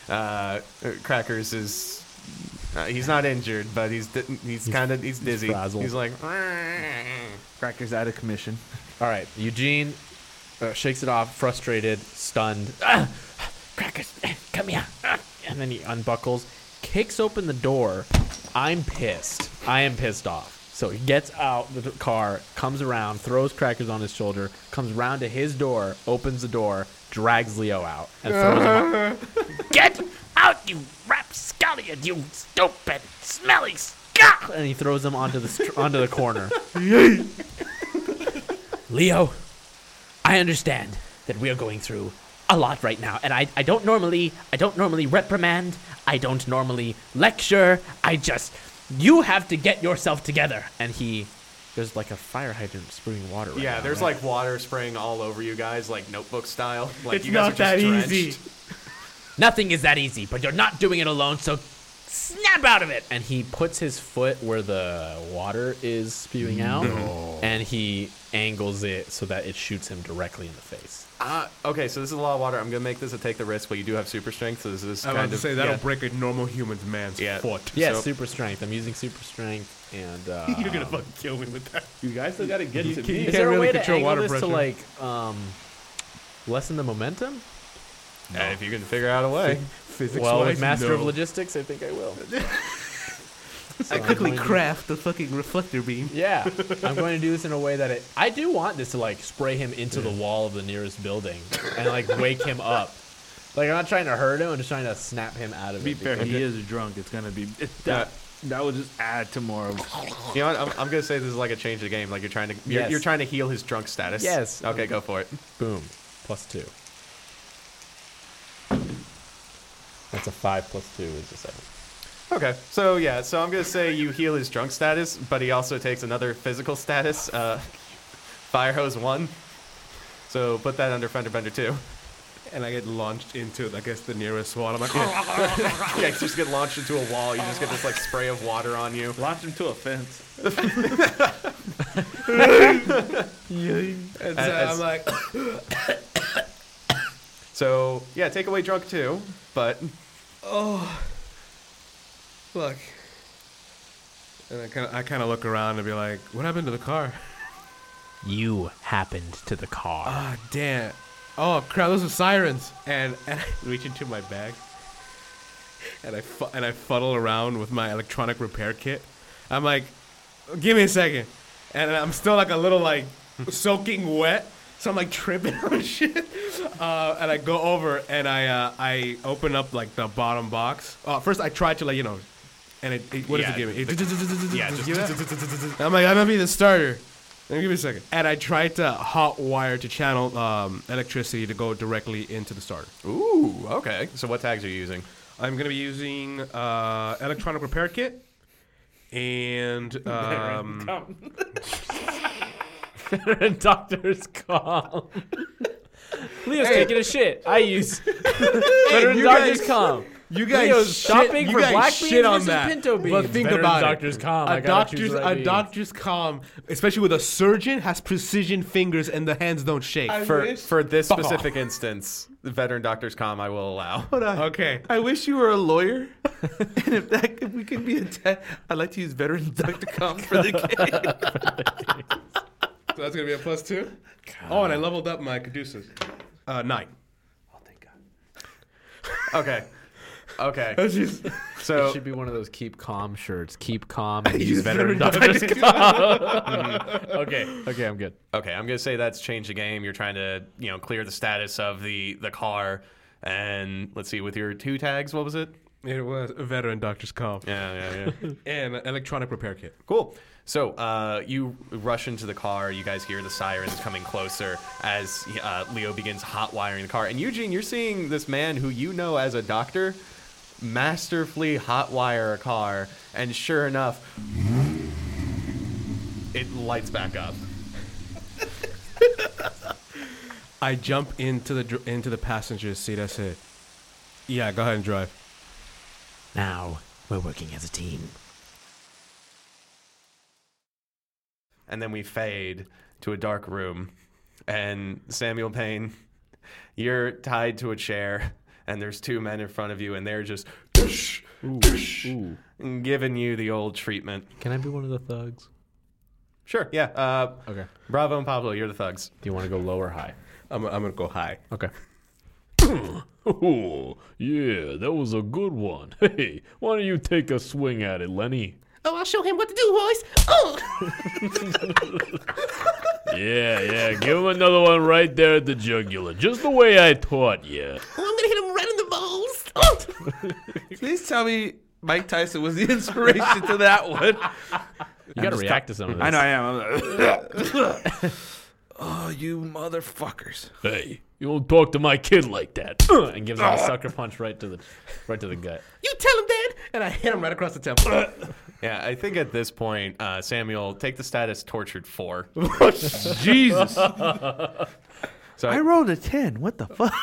Speaker 2: uh, Crackers is uh, he's not injured, but he's di- he's kind of he's dizzy. He's,
Speaker 3: frazzled.
Speaker 2: like
Speaker 5: Cracker's out of commission.
Speaker 3: All right, Eugene uh, shakes it off, frustrated, stunned. Ah, crackers, ah, come here. Ah, and then he unbuckles, kicks open the door. I'm pissed. I am pissed off. So he gets out the car, comes around, throws crackers on his shoulder, comes round to his door, opens the door, drags Leo out, and throws him out.
Speaker 4: Get out, you rapscallion, you stupid, smelly scum!
Speaker 3: And he throws him onto the str- onto the corner. Leo,
Speaker 4: I understand that we are going through a lot right now, and I, I don't normally I don't normally reprimand, I don't normally lecture, I just you have to get yourself together.
Speaker 3: and he there's like a fire hydrant spewing water. Right
Speaker 2: yeah.
Speaker 3: now,
Speaker 2: There's
Speaker 3: right?
Speaker 2: like water spraying all over you guys, like notebook style. Like
Speaker 1: It's
Speaker 2: you guys
Speaker 1: not
Speaker 2: are
Speaker 1: that
Speaker 2: just drenched.
Speaker 1: easy.
Speaker 4: Nothing is that easy, but you're not doing it alone, so snap out of it.
Speaker 3: and he puts his foot where the water is spewing out and he angles it so that it shoots him directly in the face.
Speaker 2: Uh, okay, so this is a lot of water. I'm gonna make this a take the risk, but you do have super strength, so this is
Speaker 1: I
Speaker 2: kind
Speaker 1: was
Speaker 2: of
Speaker 1: to say, that'll
Speaker 2: yeah.
Speaker 1: break a normal human's man's
Speaker 2: Yeah.
Speaker 1: foot.
Speaker 3: Yeah,
Speaker 2: So-
Speaker 3: super strength. I'm using super strength and uh
Speaker 1: You're going to fucking kill me with that.
Speaker 7: You guys still gotta get to me.
Speaker 1: can't really control water
Speaker 3: this
Speaker 1: pressure.
Speaker 3: to like um lessen the momentum?
Speaker 2: And Uh, if you can figure out a way,
Speaker 1: Physics
Speaker 3: well, with master of logistics, I think I will.
Speaker 5: I quickly
Speaker 3: I'm going to-
Speaker 5: craft the fucking reflector beam.
Speaker 3: Yeah, I'm going to do this in a way that it. I do want this to like spray him into the wall of the nearest building and like wake him up. Like I'm not trying to hurt him. I'm just trying to snap him out of it.
Speaker 5: He is drunk. It's gonna be.
Speaker 2: uh,
Speaker 5: That would just add to more of.
Speaker 2: You know what? I'm, I'm gonna say this is like a change of the game. Like you're trying to you're,
Speaker 3: Yes.
Speaker 2: you're trying to heal his drunk status.
Speaker 3: Yes.
Speaker 2: Okay, go for it.
Speaker 3: Boom. Plus two. That's a five plus two is a seven.
Speaker 2: Okay. So yeah. So I'm gonna say you heal his drunk status, but he also takes another physical status. Uh, fire hose one. So put that under fender bender two.
Speaker 1: And I get launched into, I guess, the nearest wall. I'm like, oh,
Speaker 2: Yeah, you just get launched into a wall. You just get this like spray of water on you.
Speaker 5: Launch him to a fence.
Speaker 1: and
Speaker 2: As-
Speaker 1: so I'm
Speaker 2: as-
Speaker 1: like,
Speaker 2: So yeah, take away drunk two, but
Speaker 1: look. And I kind of, I kind of look around and be like, what happened to the car?
Speaker 4: You happened to the car.
Speaker 1: Ah, damn. Oh crap! Those are sirens. And and I reach into my bag, and I fu- and I fuddle around with my electronic repair kit. I'm like, give me a second, and I'm still like a little like soaking wet, so I'm like tripping on shit. Uh, and I go over and I uh, I open up like the bottom box. Uh, first I try to like you know, and it, it what does
Speaker 2: Yeah,
Speaker 1: it give me? It-
Speaker 2: yeah,
Speaker 1: does it
Speaker 2: just-
Speaker 1: give that? I'm like, I'm gonna be the starter. Let me give me a second. And I tried to hot wire to channel um, electricity to go directly into the starter.
Speaker 2: ooh, okay. So what tags are you using?
Speaker 1: I'm gonna be using uh, electronic repair kit and um,
Speaker 6: Doctor's call. Leo's taking a shit. I use veteran
Speaker 1: you
Speaker 6: doctor's
Speaker 1: guys-
Speaker 6: calm.
Speaker 1: you guys
Speaker 6: Leo's
Speaker 1: shit-
Speaker 6: shopping
Speaker 1: you
Speaker 6: for
Speaker 1: guys
Speaker 6: black
Speaker 1: shit
Speaker 6: beans
Speaker 1: on
Speaker 6: versus
Speaker 1: that.
Speaker 6: pinto beans.
Speaker 1: But think
Speaker 6: Veteran
Speaker 1: about
Speaker 6: doctor's
Speaker 1: it.
Speaker 6: calm. I
Speaker 1: A
Speaker 6: gotta choose
Speaker 1: doctor's
Speaker 6: the
Speaker 1: a
Speaker 6: right beans.
Speaker 1: doctor's calm, especially with a surgeon, has precision fingers and the hands don't shake.
Speaker 2: For for this
Speaker 1: Fuck off.
Speaker 2: specific instance, the veteran doctor's com I will allow.
Speaker 1: okay.
Speaker 5: I wish you were a lawyer. and if that if we could be a tech, I'd like to use veterans duck to come for the game.
Speaker 1: So that's gonna be a plus two. Oh, and I leveled up my caduceus. Uh, nine.
Speaker 2: Okay. Okay.
Speaker 3: It
Speaker 2: So
Speaker 3: should be one of those keep calm shirts. Keep calm and
Speaker 1: Use
Speaker 3: use veteran
Speaker 1: veteran
Speaker 3: doctor's
Speaker 1: doctors.
Speaker 3: calm. okay. Okay, I'm good.
Speaker 2: okay, I'm gonna say that's changed the game. You're trying to you know clear the status of the the car, and let's see with your two tags, what was it?
Speaker 1: It was a veteran doctor's calm
Speaker 2: Yeah, yeah, yeah.
Speaker 1: and an electronic repair kit.
Speaker 2: cool. So uh, you rush into the car. You guys hear the sirens coming closer as uh, Leo begins hot wiring the car. And Eugene, you're seeing this man who you know as a doctor masterfully hot wire a car, and sure enough, it lights back up.
Speaker 1: I jump into the dr- into the passenger seat. I say, "Yeah, go ahead and drive."
Speaker 4: Now we're working as a team.
Speaker 2: and then we fade to a dark room and samuel payne you're tied to a chair and there's two men in front of you and they're just giving you the old treatment
Speaker 3: Can I be one of the thugs?
Speaker 2: sure yeah uh,
Speaker 3: Okay.
Speaker 2: bravo and pablo you're the thugs
Speaker 3: Do you want to go low or high?
Speaker 1: I'm, I'm gonna go high.
Speaker 3: Okay.
Speaker 9: Oh, yeah, that was a good one. Hey, why don't you take a swing at it, Lenny?
Speaker 8: Oh, I'll show him what to do, boys. Oh,
Speaker 9: Yeah, yeah, give him another one right there at the jugular, just the way I taught you.
Speaker 8: Oh, I'm gonna hit him right in the balls. Oh.
Speaker 5: Please tell me Mike Tyson was the inspiration to that one.
Speaker 3: You got to react to some of this.
Speaker 5: I know I am. I'm like, oh, you motherfuckers.
Speaker 9: Hey, you don't talk to my kid like that.
Speaker 3: And gives him a sucker punch right to the right to the gut.
Speaker 8: You tell him, Dad.
Speaker 1: And I hit him right across the temple.
Speaker 2: yeah i think at this point uh, samuel take the status tortured four
Speaker 5: Jesus.
Speaker 2: so
Speaker 5: I rolled a 10. What the fuck?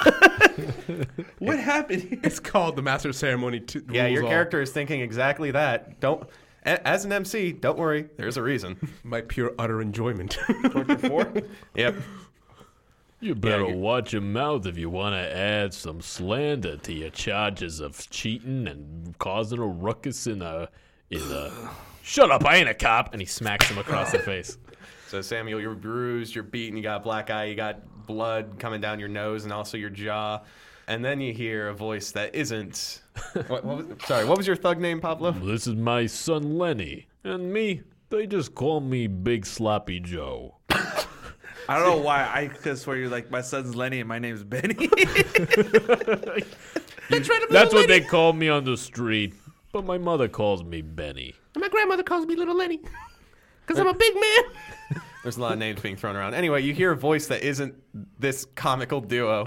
Speaker 5: what happened here?
Speaker 1: it's called the master of ceremony. T-
Speaker 2: yeah
Speaker 1: rules
Speaker 2: your
Speaker 1: all.
Speaker 2: character is thinking exactly that don't a- as an mc don't worry there's a reason
Speaker 1: My pure utter enjoyment.
Speaker 2: yep
Speaker 9: You better
Speaker 2: you-
Speaker 9: watch your mouth if you want to add some slander to your charges of cheating and causing a ruckus in a. In a Shut up, I ain't a cop.
Speaker 3: And he smacks him across the face.
Speaker 2: So Samuel, you're bruised, you're beaten, you got a black eye, you got blood coming down your nose and also your jaw. And then you hear a voice that isn't. What, what was, sorry, what was your thug name, Pablo?
Speaker 9: This is my son Lenny, and me, they just call me Big Sloppy Joe.
Speaker 5: I don't know why. I could swear you're like, my son's Lenny and my name's Benny.
Speaker 9: That's what they call me on the street. but my mother calls me Benny.
Speaker 8: And my grandmother calls me Little Lenny. Because I'm a big man.
Speaker 2: There's a lot of names being thrown around. Anyway, you hear a voice that isn't this comical duo.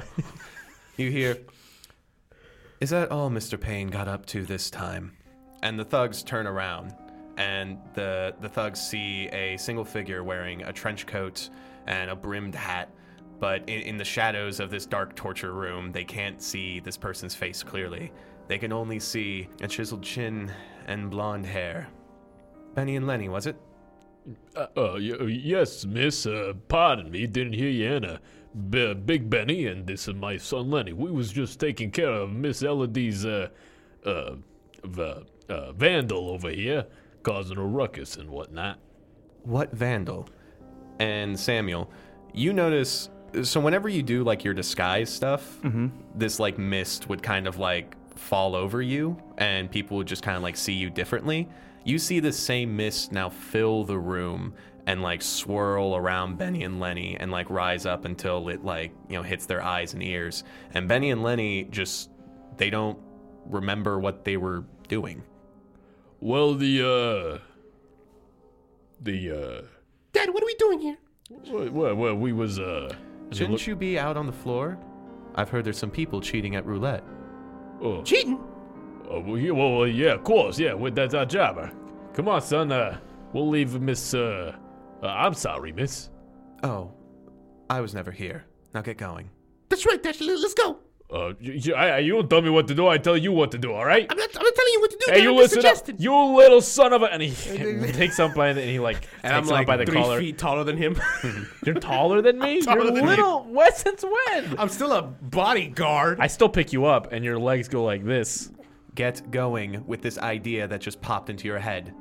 Speaker 2: You hear, Is that all Mr. Payne got up to this time? And the thugs turn around, and the, the thugs see a single figure wearing a trench coat and a brimmed hat. But in, in the shadows of this dark torture room, they can't see this person's face clearly. They can only see a chiseled chin and blonde hair. Benny and Lenny, was it?
Speaker 9: Uh, uh, y- uh, yes, miss. Uh, pardon me, didn't hear you, Anna. B- Big Benny and this is my son Lenny. We was just taking care of Miss Elodie's uh, uh, v- uh, vandal over here, causing a ruckus and whatnot.
Speaker 2: what vandal and samuel you notice so whenever you do like your disguise stuff this like mist would kind of like fall over you and people would just kind of like see you differently you see the same mist now fill the room and like swirl around benny and lenny and like rise up until it like you know hits their eyes and ears and benny and lenny just they don't remember what they were doing
Speaker 9: Well, the uh, the
Speaker 8: Dad, what are we doing here?
Speaker 9: uh, well, well, well we was uh,
Speaker 2: shouldn't you be out on the floor i've heard there's some people cheating at roulette
Speaker 9: oh,
Speaker 8: Cheating.
Speaker 9: oh, well, yeah, well, well, yeah, of course, yeah, well, that's our job. uh. Come on, son. Uh, we'll leave Miss. Uh, uh, I'm sorry, Miss.
Speaker 2: Oh, I was never here. Now get going.
Speaker 8: That's right, Dad. Let- Let's go.
Speaker 9: Uh, you, you, I, I- you don't tell me what to do. I tell you what to do. All right.
Speaker 8: I'm not, I'm not telling you what to do.
Speaker 9: Hey,
Speaker 8: Dad.
Speaker 9: you
Speaker 8: I'm just
Speaker 9: listen up,
Speaker 8: suggesting.
Speaker 9: you little son of a. And he takes up by the and he like
Speaker 6: And
Speaker 9: takes
Speaker 6: I'm
Speaker 9: him
Speaker 6: like
Speaker 9: up by the
Speaker 6: three
Speaker 9: collar.
Speaker 6: feet taller than him.
Speaker 3: You're taller than me. You're
Speaker 6: than you.
Speaker 3: little. What since when?
Speaker 6: I'm still a bodyguard.
Speaker 3: I still pick you up, and your legs go like this.
Speaker 2: Get going with this idea that just popped into your head.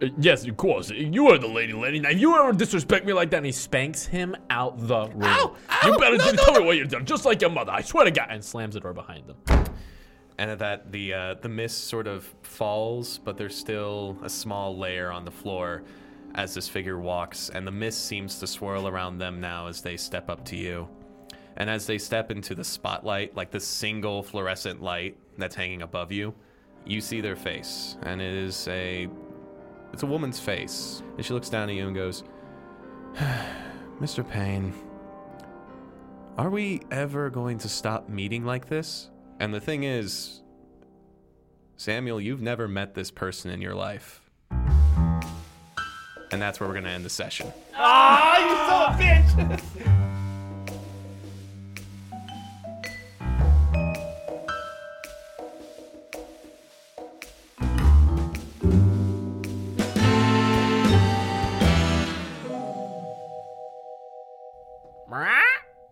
Speaker 9: Uh, yes, of course. You are the lady, lady. Now you ever disrespect me like that? And he
Speaker 3: Spanks him out the room.
Speaker 8: Ow,
Speaker 9: You
Speaker 8: ow,
Speaker 9: better
Speaker 8: no,
Speaker 9: just
Speaker 8: no,
Speaker 9: tell
Speaker 8: no.
Speaker 9: me what you've done, just like your mother. I swear to God.
Speaker 3: and slams the door behind them.
Speaker 2: And at that, the uh, the mist sort of falls, but there's still a small layer on the floor as this figure walks, and the mist seems to swirl around them now as they step up to you. And as they step into the spotlight, like the single fluorescent light that's hanging above you, you see their face, and it is a it's a woman's face, and she looks down at you and goes, "Mr. Payne." Are we ever going to stop meeting like this? And the thing is, Samuel, you've never met this person in your life. And that's where we're going to end the session.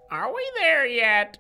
Speaker 4: Are we there yet?